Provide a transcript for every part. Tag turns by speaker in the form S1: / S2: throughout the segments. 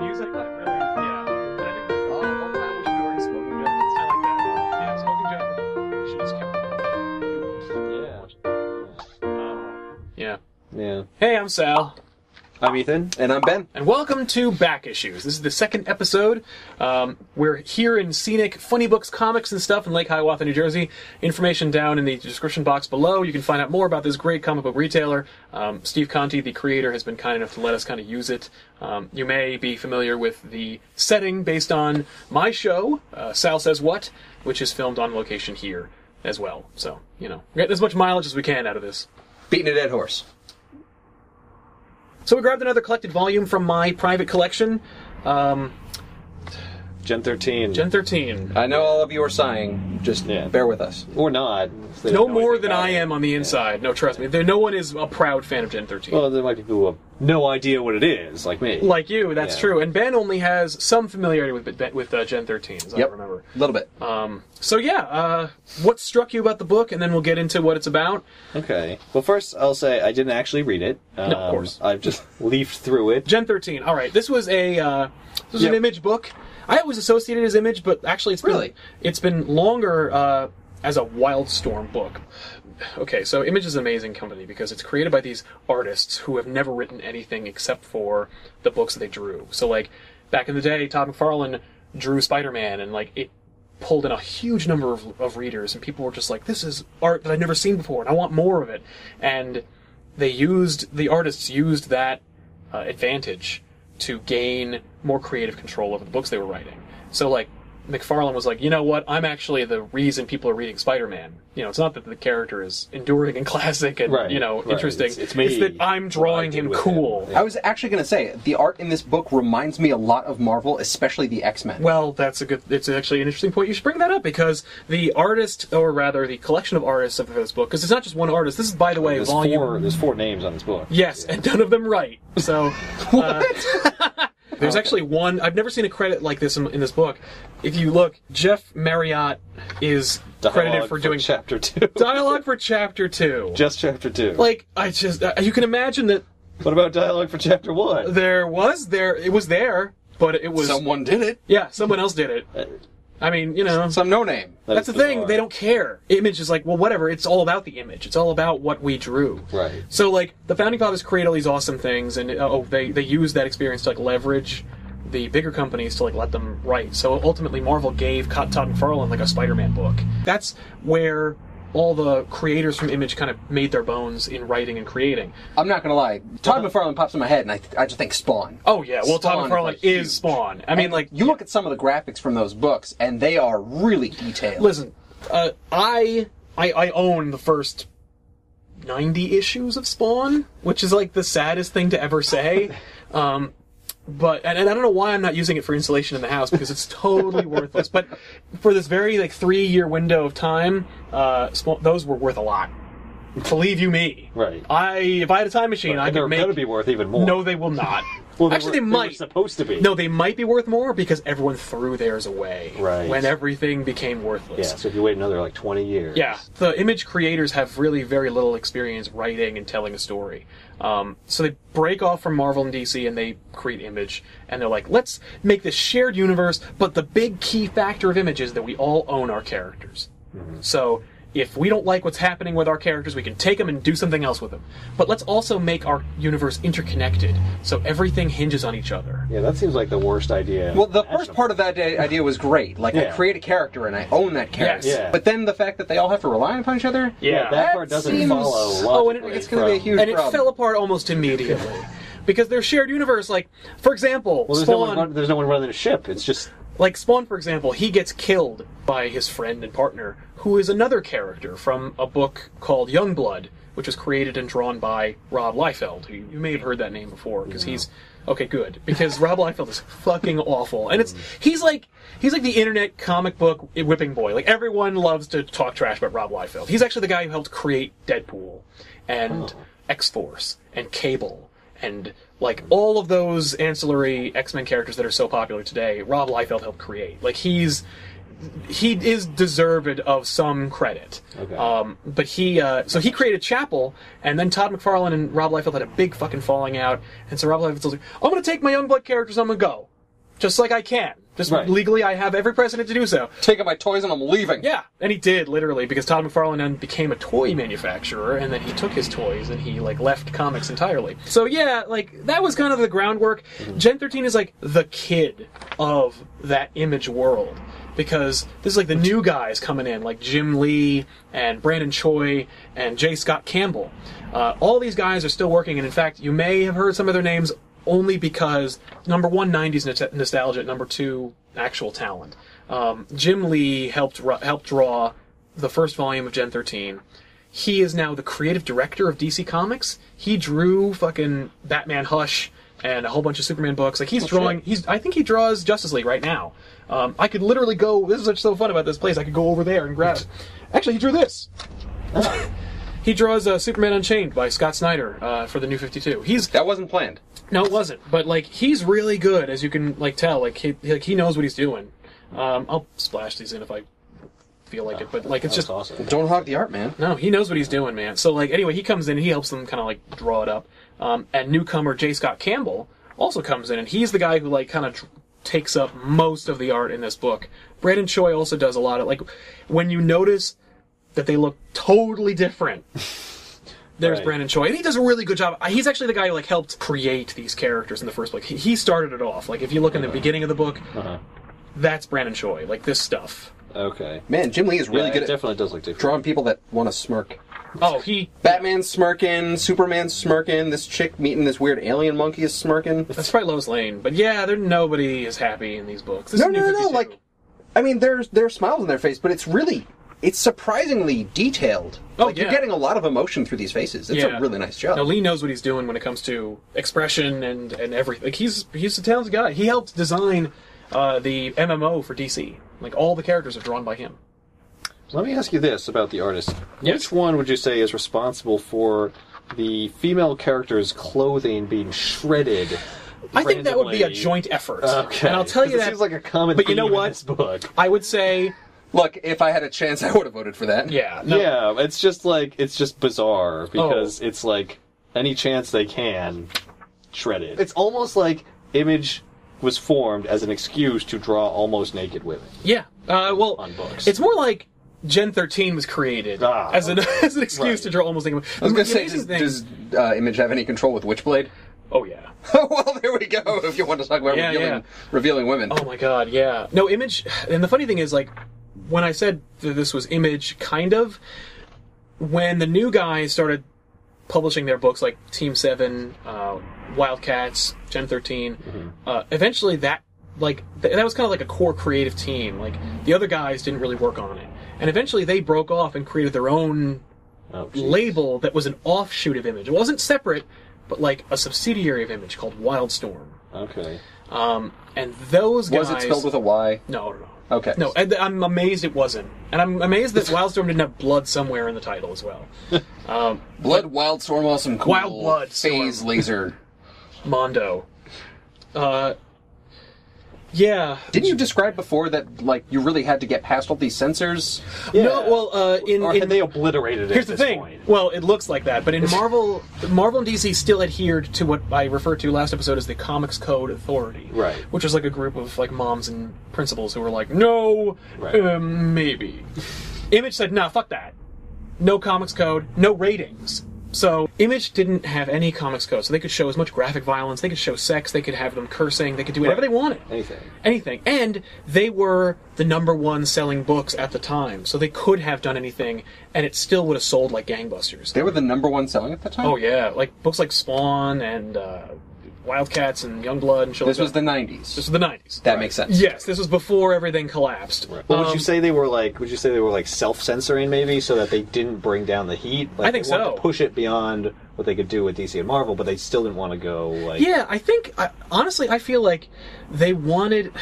S1: music that really, yeah. But I think
S2: Oh, one time we should be wearing smoking
S1: I
S2: jackets.
S1: like that. Yeah, smoking jacket. Should just kept. Yeah. Um, yeah.
S2: Yeah.
S1: Hey, I'm Sal,
S2: I'm Ethan, and I'm Ben.
S1: and welcome to Back Issues. This is the second episode. Um, we're here in scenic Funny Books, Comics, and stuff in Lake Hiawatha, New Jersey. Information down in the description box below. You can find out more about this great comic book retailer. Um, Steve Conti, the creator, has been kind enough to let us kind of use it. Um, you may be familiar with the setting based on my show, uh, Sal Says What, which is filmed on location here as well. So, you know, we're getting as much mileage as we can out of this.
S2: Beating a dead horse.
S1: So we grabbed another collected volume from my private collection, um,
S3: Gen 13.
S1: Gen 13.
S2: I know all of you are sighing. Just
S3: Yeah.
S2: bear with us.
S3: or not. if they
S1: No
S3: don't know
S1: more
S3: anything
S1: than
S3: about
S1: I
S3: it.
S1: am on the inside. No, trust me. There, no one is a proud fan of Gen 13.
S3: Well, there might be people who have no idea what it is, like me.
S1: like you, that's
S3: yeah.
S1: true. And Ben only has some familiarity with Ben- with uh, Gen 13, as I
S2: Yep.
S1: remember.
S2: A little bit.
S1: Um, so yeah, uh, what struck you about the book, and then we'll get into what it's about.
S3: okay. Well, first I'll say I didn't actually read it. Um,
S1: of course.
S3: I've just leafed through it.
S1: Gen 13. All right, this was a uh, this was an
S3: Yep.
S1: image book. I always associated it as image, but actually, it's been,
S2: Really?
S1: it's been longer uh, as a Wildstorm book. Okay, so Image is an amazing company because it's created by these artists who have never written anything except for the books that they drew. So like back in the day, Todd McFarlane drew Spider-Man, and like it pulled in a huge number of, of readers, and people were just like, "This is art that I've never seen before, and I want more of it." And they used the artists used that uh, advantage to gain more creative control over the books they were writing. So like McFarlane was like, you know what? I'm actually the reason people are reading Spider-Man. You know, it's not that the character is enduring and classic and
S3: Right,
S1: you know
S3: right.
S1: interesting.
S3: It's- it's me,
S1: that I'm drawing
S3: what I did
S1: him
S3: with
S1: cool.
S3: him.
S2: I was actually going to say the art in this book reminds me a lot of Marvel, especially the X Men.
S1: Well, that's a good. It's actually an interesting point. You should bring that up because the artist, or rather, the collection of artists of this book, because it's not just one artist. This is, by the way,
S3: There's
S1: volume.
S3: four. There's four names on this book.
S1: Yes, and none of them right. So uh, there's actually one. I've never seen a credit like this in, in this book. If you look, Jeff Marriott is
S3: Dialogue
S1: credited for doing
S3: chapter two.
S1: dialogue for chapter two.
S3: just chapter two.
S1: like I just, uh, you can imagine that
S3: what about dialogue for chapter one?
S1: there was there. It was there, but it was
S2: Someone did it.
S1: yeah. Someone else did it.
S3: Uh,
S1: I mean, you know,
S2: Some no name.
S3: that
S1: That's
S3: is
S1: the thing.
S3: bizarre.
S1: They don't care. Image is like, well, whatever. It's all about the image. It's all about what we drew.
S3: Right.
S1: So like, the founding fathers create all these awesome things, and uh, oh, they they use that experience to like leverage the bigger companies to like let them write. So ultimately, Marvel gave Co- Todd McFarlane like a Spider-Man book. That's where all the creators from Image kind of made their bones in writing and creating.
S2: I'm not going to lie. Todd McFarlane pops in my head, and I, th- I just think Spawn.
S1: Uh-huh. Oh yeah, well,
S2: Spawn
S1: Todd
S2: is,
S1: McFarlane
S2: like,
S1: is
S2: huge.
S1: Spawn. I mean, like,
S2: you look at some of the graphics from those books, and they are really detailed.
S1: listen, uh, I, I I own the first ninety issues of Spawn, which is like the saddest thing to ever say. Um, but and, and I don't know why I'm not using it for installation in the house because it's totally worthless. But for this very like three year window of time, uh, Spawn, those were worth a lot. Believe you me.
S3: Right.
S1: I if I had a time machine, I
S3: And they're
S1: could
S3: going to
S1: make.
S3: be worth even more.
S1: No, they will not.
S3: Well,
S1: Actually,
S3: were-
S1: they
S3: were
S1: might.
S3: supposed to be.
S1: No, they might be worth more because everyone threw theirs away
S3: Right.
S1: when everything became
S3: Yeah.
S1: worthless.
S3: So if you wait another like 20 years.
S1: Yeah, the image creators have really very little experience writing and telling a story. Um, so they break off from Marvel and DC and they create Image, and they're like, let's make this shared universe, but the big key factor of Image is that we all own our characters. So if we don't like what's happening with our characters, we can take them and do something else with them. But let's also make our universe interconnected, so everything hinges on each other.
S3: Yeah. That seems like the worst idea.
S2: Well, the first part of that i- idea was great. Like, I
S3: Yeah.
S2: create a character and I own that character.
S1: Yes.
S3: Yeah.
S2: But then the fact that they all have to rely upon each other?
S1: Yeah.
S3: Yeah, that,
S2: That
S3: part doesn't
S2: seems-
S3: follow.
S1: Oh, and it-
S3: logically
S2: It's going to be a
S3: from-
S2: huge
S1: and it
S2: problem.
S1: fell apart almost immediately. Because their shared universe, like, for example,
S3: Well, there's no,
S1: Spawn.
S3: one run, there's no one running a ship. It's just
S1: Like Spawn, for example, he gets killed by his friend and partner, who is another character from a book called Youngblood, which was created and drawn by Rob Liefeld, who you may have heard that name before because he's okay, good because Rob Liefeld is fucking awful, and it's he's like he's like the internet comic book whipping boy. Like everyone loves to talk trash about Rob Liefeld. He's actually the guy who helped create Deadpool and X Force and Cable and like all of those ancillary X-Men characters that are so popular today, Rob Liefeld helped create. Like he's he is deserved of some credit.
S3: Okay.
S1: Um, but he uh, so he created Chapel, and then Todd McFarlane and Rob Liefeld had a big fucking falling out, and so Rob Liefeld's like, "I'm gonna take my Youngblood characters, I'm gonna go." just like I can. Just
S3: Right.
S1: legally, I have every precedent to do so.
S2: Taking my toys and I'm leaving.
S1: Yeah, and he did literally because Todd McFarlane then became a toy manufacturer, and then he took his toys and he like left comics entirely. So yeah, like that was kind of the groundwork. Gen thirteen is like the kid of that image world because this is like the new guys coming in, like Jim Lee and Brandon Choi and J. Scott Campbell. Uh, all these guys are still working, and in fact, you may have heard some of their names only because number one, 90s nos- nostalgia, number two, actual talent. Um, Jim Lee helped ru- helped draw the first volume of Gen 13. He is now the creative director of DC Comics. He drew fucking Batman Hush and a whole bunch of Superman books. Like he's drawing. He's I think he draws Justice League right now. Um, I could literally go. This is what's so fun about this place. I could go over there and grab. it. Actually, he drew this. he draws uh, Superman Unchained by Scott Snyder uh, for the New 52. He's
S2: That wasn't planned.
S1: no, it wasn't. But like, he's really good, as you can like tell. Like he like he knows what he's doing. Um, I'll splash these in if I feel like it. But like, it's
S3: That's
S1: just
S3: awesome.
S2: Don't hog the art, man.
S1: no, he knows what he's doing, man. So like, anyway, he comes in, he helps them kind of like draw it up. Um, and newcomer J. Scott Campbell also comes in, and he's the guy who like kind of tr- takes up most of the art in this book. Brandon Choi also does a lot of like when you notice that they look totally different. There's
S3: Right.
S1: Brandon Choi, and he does a really good job. He's actually the guy who like helped create these characters in the first book. He, he started it off. Like if you look in the beginning of the book, that's Brandon Choi. Like this stuff.
S3: Okay.
S2: Man, Jim Lee is really
S3: yeah,
S2: good
S3: it
S2: at
S3: definitely does look different.
S2: drawing people that want to smirk.
S1: Oh, he
S2: Batman smirking, Superman smirking, this chick meeting this weird alien monkey is smirking.
S1: That's probably Lois Lane, but yeah, there nobody is happy in these books. This
S2: No,
S1: is New
S2: no, no,
S1: 52.
S2: like, I mean, there's there are smiles on their face, but it's really, it's surprisingly detailed.
S1: Oh,
S2: like,
S1: yeah.
S2: you're getting a lot of emotion through these faces. It's
S1: Yeah.
S2: a really nice job.
S1: Now Lee knows what he's doing when it comes to expression and and everything. Like he's he's a talented guy. He helped design uh, the MMO for DC. Like all the characters are drawn by him.
S3: Let me ask you this about the artist. Which one would you say is responsible for the female character's clothing being shredded?
S1: I think that would be a
S3: randomly?
S1: joint effort.
S3: Okay.
S1: And I'll tell you
S3: It
S1: that.
S3: seems like a common
S1: But you know
S3: theme in
S1: what?
S3: this book.
S1: I would say,
S2: Look, if I had a chance, I would have voted for that.
S1: yeah, no,
S3: Yeah, it's just like it's just bizarre because it's like any chance they can shred it. It's almost like image was formed as an excuse to draw almost naked women.
S1: yeah. Uh, well,
S3: On books.
S1: it's more like. Gen 13 was created
S3: Ah,
S1: as, an,
S3: okay.
S1: as an excuse
S3: Right.
S1: to draw almost anyone.
S2: I was gonna say, does, does uh, Image have any control with Witchblade?
S1: oh yeah,
S2: well, there we go. If you want to talk about
S1: Yeah,
S2: revealing,
S1: yeah.
S2: revealing women,
S1: Oh my god, yeah. No, Image. And the funny thing is, like, when I said that this was Image, kind of, when the new guys started publishing their books, like Team 7, uh, Wildcats, Gen 13,
S2: Mm-hmm.
S1: uh, eventually that, like, th- that was kind of like a core creative team. Like, the other guys didn't really work on it. And eventually they broke off and created their own
S3: Oh, geez.
S1: label that was an offshoot of Image. It wasn't separate, but like a subsidiary of Image called Wildstorm.
S3: Okay.
S1: Um, and those guys
S2: was it spelled with a Y?
S1: no, no, no.
S2: Okay.
S1: No, and I'm amazed it wasn't, and I'm amazed that Wildstorm didn't have blood somewhere in the title as well.
S2: Blood, Wild Storm, awesome, cool.
S1: Wild Blood Storm.
S2: phase laser.
S1: Mondo. Uh, yeah.
S2: Didn't you describe before that like you really had to get past all these sensors?
S1: No, well, uh, in,
S3: or
S1: in
S3: had they obliterated it.
S1: here's the
S3: at this
S1: thing.
S3: Point?
S1: Well, it looks like that, but in Marvel, Marvel and DC still adhered to what I referred to last episode as the Comics Code Authority,
S3: Right.
S1: Which is like a group of like moms and principals who were like, no,
S3: Right.
S1: um, maybe. Image said, nah, fuck that. No comics code, no ratings. So Image didn't have any comics code, so they could show as much graphic violence, they could show sex, they could have them cursing, they could do whatever
S3: Right.
S1: they wanted
S3: Anything.
S1: anything. And they were the number one selling books at the time, so they could have done anything, and it still would have sold like gangbusters.
S2: They were the number one selling at the time.
S1: Oh yeah, like books like Spawn and uh, Wildcats and Youngblood and shit.
S2: This
S1: like
S2: was the
S1: that.
S2: '90s.
S1: this was the nineties.
S2: that makes sense.
S1: Yes, this was before everything collapsed.
S3: Well, would
S1: Um,
S3: you say they were like? Would you say they were like self-censoring maybe, so that they didn't bring down the heat? Like,
S1: I think
S3: they wanted
S1: so.
S3: To push it beyond what they could do with DC and Marvel, but they still didn't want to go like.
S1: Yeah, I think I, honestly, I feel like they wanted.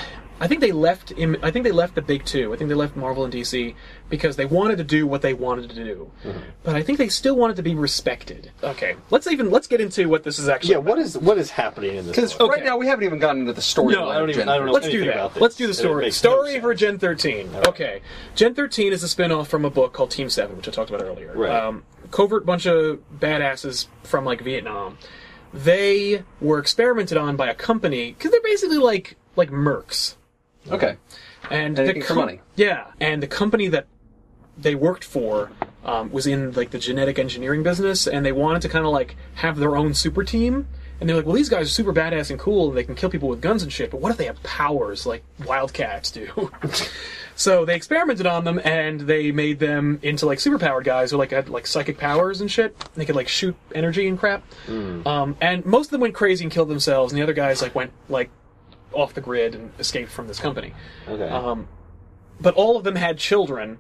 S1: I think they left. Im- I think they left the big two. I think they left Marvel and DC because they wanted to do what they wanted to do,
S3: Mm-hmm.
S1: but I think they still wanted to be respected. Okay, let's even let's get into what this is actually.
S3: Yeah. What is what is happening in this?
S2: Because
S3: book?
S2: right now we haven't even gotten into the story.
S1: No, I
S3: don't even- I don't know.
S1: Let's do
S3: anything
S1: that.
S3: about this.
S1: Let's do the
S3: It
S1: story.
S3: makes no
S1: Story
S3: sense.
S1: for Gen 13. Okay. Gen 13 is a spin-off from a book called Team 7, which I talked about earlier.
S3: Right.
S1: Um, covert bunch of badasses from like Vietnam. They were experimented on by a company cuz they're basically like like mercs,
S2: Okay.
S1: and
S2: Anything for money.
S1: Yeah, and the company that they worked for um, was in like the genetic engineering business, and they wanted to kind of like have their own super team. And they're like, well, these guys are super badass and cool, and they can kill people with guns and shit. But what if they have powers like wildcats do? so they experimented on them, and they made them into like superpowered guys who like had like psychic powers and shit. And they could like shoot energy and crap. Um, and most of them went crazy and killed themselves, and the other guys like went like off the grid and escaped from this company
S3: Okay.
S1: Um, but all of them had children,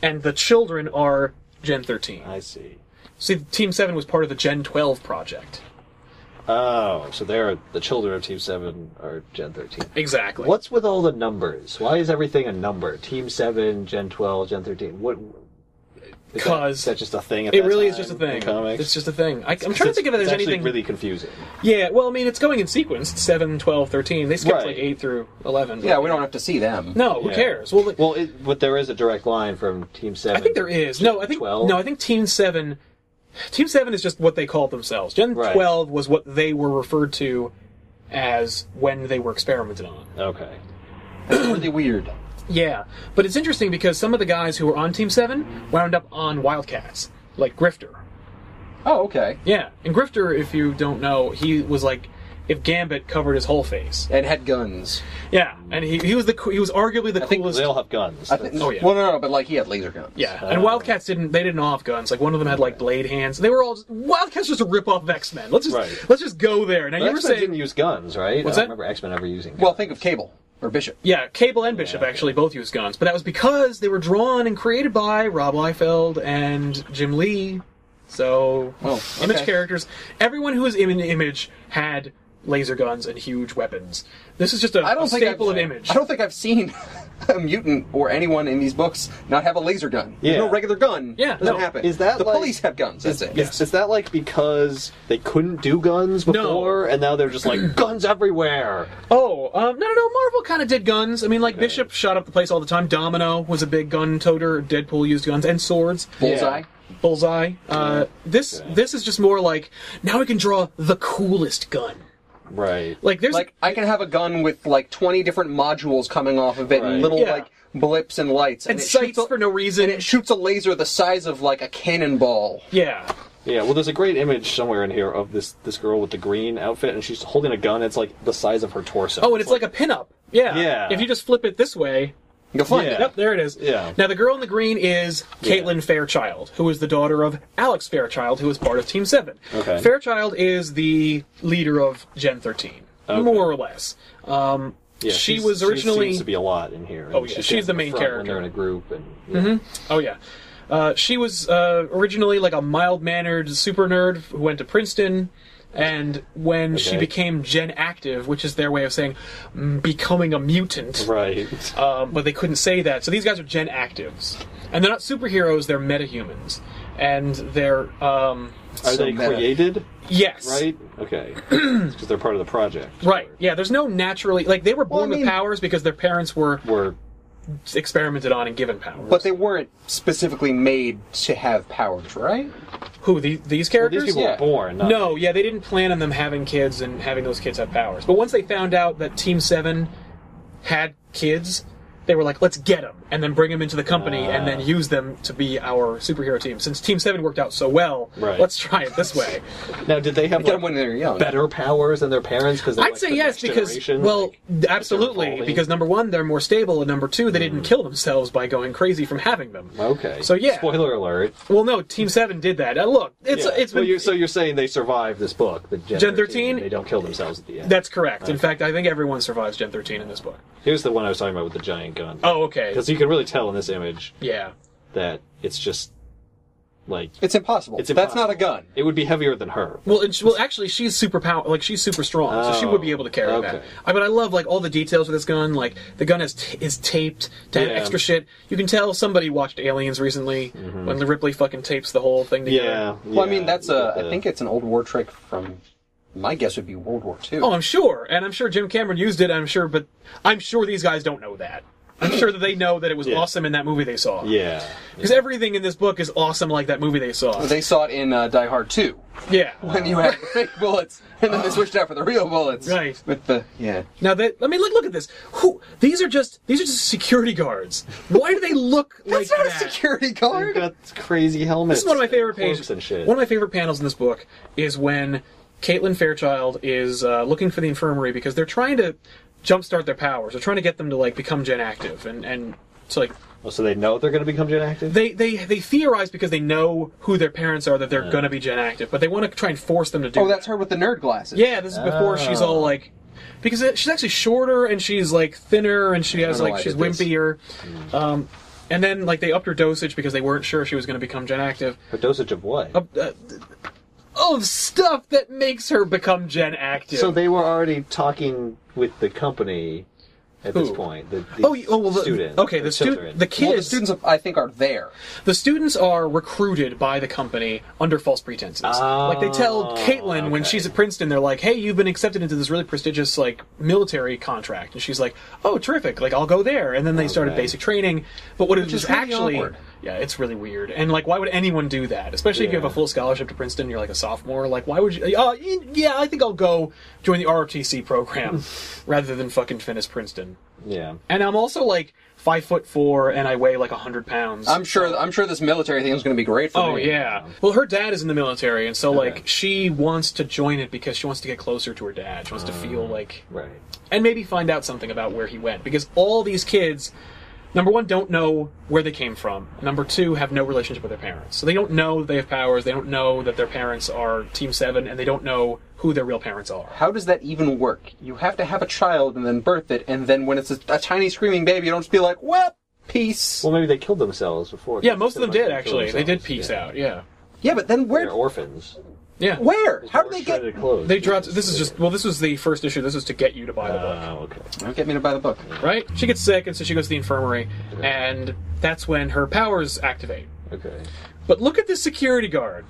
S1: and the children are Gen 13.
S3: I see.
S1: See, Team 7 was part of the Gen 12 project.
S3: Oh, so they're the children of Team Seven or Gen Thirteen.
S1: Exactly.
S3: What's with all the numbers? Why is everything a number? Team Seven, Gen Twelve, Gen Thirteen. What? is that-
S1: Because
S3: is that just a thing. At
S1: It
S3: that
S1: really is
S3: time
S1: just a thing.
S3: In comics.
S1: It's just a thing. I, I'm trying to
S3: It's-
S1: think if there's
S3: it's actually
S1: anything.
S3: really confusing.
S1: Yeah, well, I mean, it's going in sequence 7, 12, 13. They skipped
S3: Right.
S1: like 8 through 11.
S2: Yeah, we don't have to see them.
S1: No, who
S3: Yeah.
S1: cares? Well, like,
S3: Well, it, but there is a direct line from Team Seven.
S1: I think there is. No, I think
S3: 12?
S1: no, I think Team Seven. Team Seven is just what they called themselves. Gen
S3: Right.
S1: Twelve was what they were referred to as when they were experimented on.
S3: Okay.
S2: That's really weird.
S1: Yeah, but it's interesting because some of the guys who were on Team Seven wound up on Wildcats, like Grifter.
S2: Oh, okay.
S1: Yeah, and Grifter, if you don't know, he was like if Gambit covered his whole face.
S2: And had guns.
S1: Yeah, and he, he was the coo- he was arguably the
S2: think
S1: coolest.
S3: They all have guns.
S2: I think,
S1: Oh, yeah.
S2: Well, no, no, but like he had laser guns.
S1: yeah, and Wildcats didn't they didn't all have guns. Like one of them had like blade hands. They were all just, Wildcats was just a rip off of X Men. Let's just
S3: Right.
S1: let's just go there. Now you
S3: X
S1: were
S3: Men
S1: saying
S3: didn't use guns, right?
S1: What's
S3: I
S1: that?
S3: don't remember X Men ever using. Guns.
S2: Well, think of Cable or Bishop.
S1: Yeah, Cable and Bishop actually both used guns, but that was because they were drawn and created by Rob Liefeld and Jim Lee. So,
S2: Oh, okay.
S1: image characters. Everyone who was in Image had laser guns and huge weapons. This is just a,
S2: I don't
S1: a
S2: think
S1: staple
S2: I've,
S1: of Image.
S2: I don't think I've seen a mutant or anyone in these books not have a laser gun. There's
S3: Yeah.
S2: No regular gun.
S1: Yeah,
S2: doesn't
S1: no.
S2: happen.
S3: Is that
S2: the
S3: like-
S2: police have guns? That's it.
S1: yes.
S3: Is that like because they couldn't do guns before, and now they're just like guns everywhere?
S1: Oh, um, no, no, no. Marvel kind of did guns. I mean, like, Bishop shot up the place all the time. Domino was a big gun toter. Deadpool used guns and swords.
S2: Bullseye.
S3: Yeah.
S1: Bullseye. Uh, this, this is just more like, now we can draw the coolest gun.
S3: Right.
S1: Like, there's.
S2: Like I can have a gun with like twenty different modules coming off of it,
S3: Right.
S2: and little
S1: Yeah.
S2: like blips and lights,
S1: and
S2: it
S1: sights
S2: shoots a-
S1: for no reason.
S2: and it shoots a laser the size of like a cannonball.
S1: Yeah.
S3: Yeah. Well, there's a great image somewhere in here of this this girl with the green outfit, and she's holding a gun. It's like the size of her torso.
S1: Oh, and it's like a pinup. Yeah.
S3: Yeah.
S1: If you just flip it this way.
S2: You'll find
S3: Yeah.
S2: it.
S1: Yep, there it is.
S3: Yeah.
S1: Now the girl in the green is Caitlin Fairchild, who is the daughter of Alex Fairchild, who is part of Team Seven.
S3: Okay.
S1: Fairchild is the leader of Gen Thirteen, more or less. Um,
S3: Yeah,
S1: she
S3: she's-
S1: was originally.
S3: she seems to be a lot in here.
S1: Oh, yeah, she's the main
S3: When
S1: character.
S3: they're in a group, and
S1: Oh yeah. Uh, she was uh, originally like a mild-mannered super nerd who went to Princeton, and when she
S3: Okay.
S1: became Gen Active, which is their way of saying mm, becoming a mutant,
S3: right.
S1: um, but they couldn't say that. So these guys are Gen Actives, and they're not superheroes; they're metahumans, and they're um,
S3: Are
S2: so
S3: they
S2: meta.
S3: created?
S1: yes,
S3: Right. Okay. Because they're part of the project.
S1: right, yeah. There's no naturally like they were born
S2: I mean-
S1: with powers because their parents were
S3: Were
S1: experimented on and given powers.
S2: But they weren't specifically made to have powers, right?
S1: Who the, these characters?
S3: these people
S2: yeah.
S3: were born? Not,
S1: No, yeah, they didn't plan on them having kids and having those kids have powers. But once they found out that Team Seven had kids, they were like, "Let's get them and then bring them into the company and then use them to be our superhero team." Since Team Seven worked out so well,
S3: Right.
S1: let's try it this way.
S3: Now, did they have
S2: Get
S3: like,
S2: them when they're young.
S3: better powers than their parents? Because
S1: I'd say yes because well, absolutely
S3: evolving.
S1: because number one they're more stable and number two they
S3: Mm.
S1: didn't kill themselves by going crazy from having them.
S3: okay.
S1: So, yeah.
S3: Spoiler alert.
S1: Well, no, Team Seven did that. Uh, look, it's
S3: Yeah.
S1: it's
S3: well,
S1: been-
S3: you're, so you're saying they survived this book, the Gen,
S1: Gen 13?
S3: They don't kill themselves at the end.
S1: that's correct. In fact, I think everyone survives Gen thirteen in this book.
S3: Here's the one I was talking about with the giant gun.
S1: Oh, okay.
S3: Because you can really tell in this image
S1: Yeah.
S3: that it's just like
S2: It's impossible.
S3: It's
S2: That's not a gun.
S3: it would be heavier than her.
S1: Well, and she, well, actually, she's super power. Like she's super strong, so she
S3: Oh,
S1: would be able to carry that.
S3: okay.
S1: I, but I love like all the details of this gun. Like the gun is t- is taped to have
S3: Yeah.
S1: extra shit. You can tell somebody watched Aliens recently when Ripley fucking tapes the whole thing together.
S3: Mm-hmm. Yeah.
S2: Well, I mean,
S3: yeah,
S2: that's
S3: you
S2: a.
S3: get
S2: I
S3: the-
S2: think it's an old war trick from. My guess would be World War II.
S1: Oh, I'm sure, and I'm sure Jim Cameron used it. I'm sure, but I'm sure these guys don't know that. I'm sure that they know that it was
S3: Yeah.
S1: awesome in that movie they saw.
S3: Yeah.
S1: Because everything in this book is awesome like that movie they saw.
S2: They saw it in uh, Die Hard 2
S1: yeah.
S2: when you had the fake bullets, and then they switched out for the real bullets.
S1: Oh. Right.
S2: With the yeah.
S1: Now that I mean, look, look at this. Who these are just these are just security guards. Why do they look like
S2: That's not
S1: that?
S2: a security
S3: They've
S2: guard.
S3: got crazy helmets.
S1: This is one of my favorite
S3: and
S1: pages.
S3: cloaks and shit.
S1: One of my favorite panels in this book is when Caitlin Fairchild is uh, looking for the infirmary because they're trying to jumpstart their powers. They're trying to get them to like become gen active and and so like
S3: Oh, so they know they're going to become Gen Active?
S1: they they they theorize because they know who their parents are that they're gonna be gen active, but they want to try and force them to do.
S2: Oh, that's
S1: that.
S2: her with the nerd glasses.
S1: Yeah, this is before she's all like, because it, she's actually shorter and she's like thinner and she has
S2: know why
S1: like
S2: I
S1: she's
S2: did this.
S1: wimpier. Um, and then like they upped her dosage because they weren't sure she was going to become Gen Active.
S3: a dosage of what?
S1: Uh, uh, of stuff that makes her become Gen Active.
S3: So they were already talking with the company at this
S1: Who?
S3: point. The, the
S1: Oh, y- oh well, the,
S3: students.
S1: okay. The, stu-
S3: children.
S1: the
S2: Well, the
S1: kids,
S2: students, I think, are there.
S1: the students are recruited by the company under false pretenses.
S3: Ah,
S1: like they
S2: Oh,
S1: tell Caitlin when
S3: okay.
S1: she's at Princeton, they're like, "Hey, you've been accepted into this really prestigious like military contract," and she's like, "Oh, terrific! Like I'll go there." And then they started
S3: Okay.
S1: basic training. But what it
S2: Oh, is
S1: was
S2: really
S1: actually,
S2: awkward.
S1: yeah, it's really weird. And like, why would anyone do that? Especially if you
S3: Yeah.
S1: have a full scholarship to Princeton, you're like a sophomore. Like, why would you? Oh, y- yeah, I think I'll go join the ROTC program rather than fucking finish Princeton.
S3: yeah.
S1: And I'm also like five foot four, and I weigh like a hundred pounds.
S2: I'm sure. I'm sure this military thing is going to be great for
S1: Oh
S2: me.
S1: yeah. Well, her dad is in the military, and so
S3: Okay.
S1: like she wants to join it because she wants to get closer to her dad. She wants to feel like
S3: Right.
S1: and maybe find out something about where he went because all these kids, number one, don't know where they came from. Number two, have no relationship with their parents, so they don't know that they have powers. They don't know that their parents are Team Seven, and they don't know who their real parents are.
S2: How does that even work? You have to have a child and then birth it, and then when it's a, a tiny screaming baby, you don't just be like, "Well, peace."
S3: Well, maybe they killed themselves before.
S1: Yeah, most of them
S3: They
S1: did
S3: killed
S1: actually. They did
S3: themselves,
S1: peace
S3: yeah.
S1: out. Yeah,
S2: yeah, but then where?
S3: They're orphans.
S1: yeah.
S2: Where? How do
S3: Or
S2: they get?
S3: shredded Clothes.
S1: They dropped. This is just well. This was the first issue. This was to get you to buy the book.
S3: Oh, okay.
S2: Don't get me to buy the book.
S1: right? She gets sick, and so she goes to the infirmary, and that's when her powers activate.
S3: Okay.
S1: But look at this security guard.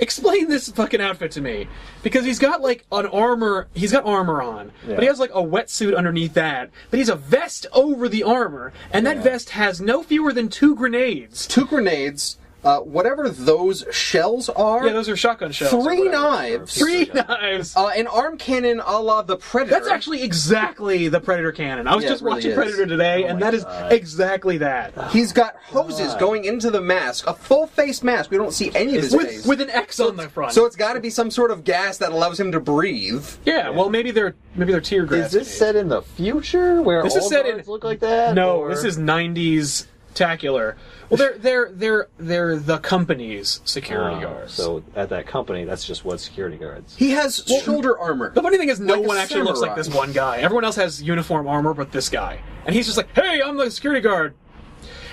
S1: Explain this fucking outfit to me, because he's got like an armor. He's got armor on, but he has like a wetsuit underneath that. But he's a vest over the armor, and that vest has no fewer than two grenades.
S2: Two grenades, uh, whatever those shells are.
S1: Yeah, those are shotgun shells. or
S2: three
S1: whatever.
S2: knives.
S1: Three knives.
S2: Uh, an arm cannon, a la the Predator.
S1: That's actually exactly the Predator cannon. I was
S2: Yeah,
S1: just
S2: it really
S1: watching
S2: is. Oh
S1: Predator today, and that is
S3: God.
S1: exactly that.
S2: He's got hoses going into the mask, a full face mask. We don't see any of his face.
S1: with, with an X on the front.
S2: so it's got to be some sort of gas that allows him to breathe.
S1: yeah, well maybe they're maybe they're tear gas.
S3: Is this set in the future where
S1: This
S3: all
S1: is set in-
S3: guards look like that?
S1: No,
S3: or-
S1: this is '90s tacular. Well, they're they're they're they're the company's security
S3: Oh,
S1: guards.
S3: So at that company, that's just what security guards.
S2: He has shoulder armor.
S1: the funny thing is, no
S2: Like a
S1: one actually looks like
S2: samurai.
S1: this one guy. Everyone else has uniform armor, but this guy, and he's just like, "Hey, I'm the security guard."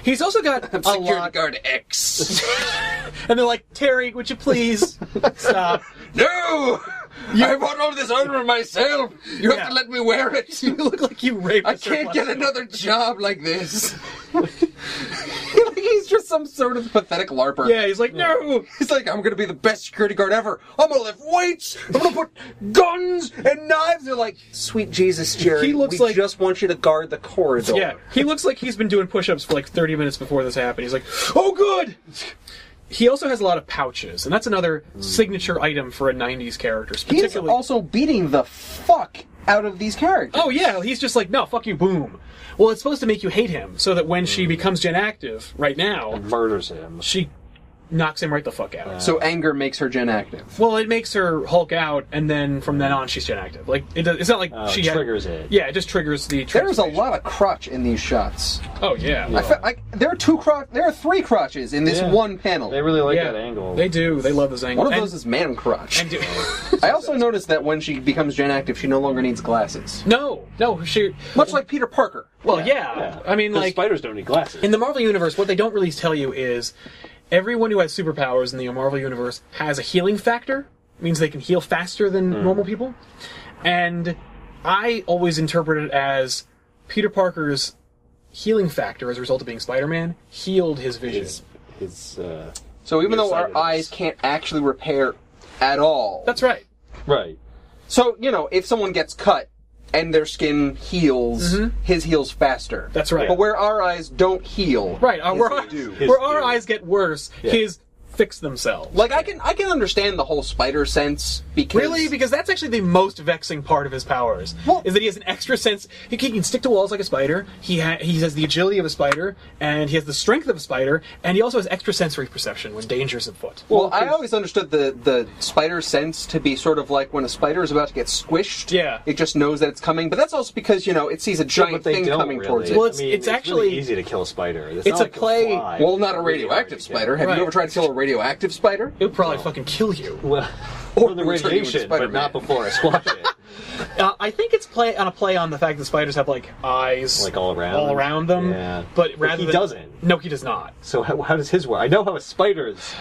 S1: He's also got a
S2: Security
S1: lot,
S2: guard X.
S1: and they're like, "Terry, would you please stop?"
S2: no, I want all this armor myself. You
S1: Yeah.
S2: have to let me wear it.
S1: you look like you raped.
S2: I can't get another job like this. Like, He's just some sort of pathetic larper.
S1: Yeah, he's like, "No."
S2: He's like, I'm gonna be the best security guard ever. I'm gonna lift weights. I'm gonna put guns and knives. They're like, sweet Jesus, Jerry.
S1: He looks
S2: we
S1: like-
S2: just want you to guard the corridor.
S1: Yeah, he looks like he's been doing push-ups for like 30 minutes before this happened. He's like, "Oh, good." He also has a lot of pouches, and that's another signature item for a '90s character,
S2: He's
S1: particularly.
S2: also beating the fuck out of these characters.
S1: oh yeah, he's just like, "No, fuck you, boom." Well, it's supposed to make you hate him, so that when she becomes Gen Active, right now,
S3: Murders him.
S1: she knocks him right the fuck out.
S2: So anger makes her gen active.
S1: well, it makes her Hulk out, and then from then on, she's Gen Active. Like it, does- it's not like
S3: Oh,
S1: she
S3: it
S1: had-
S3: triggers it.
S1: Yeah, it just triggers the.
S2: There's a
S1: transformation.
S2: lot of crotch in these shots.
S1: Oh yeah.
S2: I fe- I- there are two crotch. There are three crotches in this
S3: Yeah.
S2: one panel.
S3: They really like
S1: Yeah,
S3: that angle.
S1: They do. They love this angle.
S2: one of
S1: And-
S2: those is man crotch.
S1: and do-
S2: I also noticed that when she becomes gen active, she no longer needs glasses.
S1: No, no, she.
S2: Much like Peter Parker.
S1: Well, yeah.
S3: Yeah.
S1: I mean,
S3: 'Cause
S1: like
S3: spiders don't need glasses.
S1: in the Marvel universe, what they don't really tell you is everyone who has superpowers in the Marvel universe has a healing factor. means they can heal faster than normal people. And I always interpret it as Peter Parker's healing factor as a result of being Spider-Man healed his vision.
S3: His, his, uh,
S2: So even though our
S3: Nearsightedness.
S2: eyes can't actually repair at all,
S1: That's right.
S3: right.
S2: so you know, if someone gets cut, and their skin heals, his heals faster.
S1: Mm-hmm. That's right.
S2: But where our eyes don't heal,
S1: Right, uh,
S2: his
S1: where,
S2: they
S1: our,
S2: do.
S1: where our
S3: do.
S1: eyes get worse, his fix themselves.
S2: Like I can I can understand the whole spider sense because
S1: Really? Because that's actually the most vexing part of his powers.
S2: Well-
S1: is that he has an extra sense. He can, he can stick to walls like a spider. He ha- he has the agility of a spider, and he has the strength of a spider, and he also has extra sensory perception when danger's afoot.
S2: well, I always understood the the spider sense to be sort of like when a spider is about to get squished.
S1: Yeah.
S2: it just knows that it's coming. But that's also because you know it sees a giant
S3: they
S2: thing
S3: don't
S2: coming
S3: really.
S2: towards it.
S1: Well, it's-
S3: I mean,
S1: it's
S3: really
S1: actually-
S3: easy to kill a spider. It's,
S1: It's
S3: not
S1: a
S3: like
S1: play-
S3: fly.
S2: Well, not
S3: It's really hard
S2: a
S3: to
S2: radioactive
S3: kill.
S2: spider. Have
S1: Right.
S2: you ever tried to kill a radioactive spider?
S1: It would probably fucking kill you.
S3: Well,
S2: Or
S3: from the
S2: turn you into
S3: radiation, but
S2: Spider-Man.
S3: not before I squash it.
S1: Uh, I think it's play on a play on the fact that spiders have like eyes,
S3: Like all around.
S1: all around them.
S3: Yeah.
S1: But
S3: But
S1: rather
S3: he
S1: than-
S3: doesn't.
S1: No, he does not.
S3: So how, how does his work? I know how a spider's.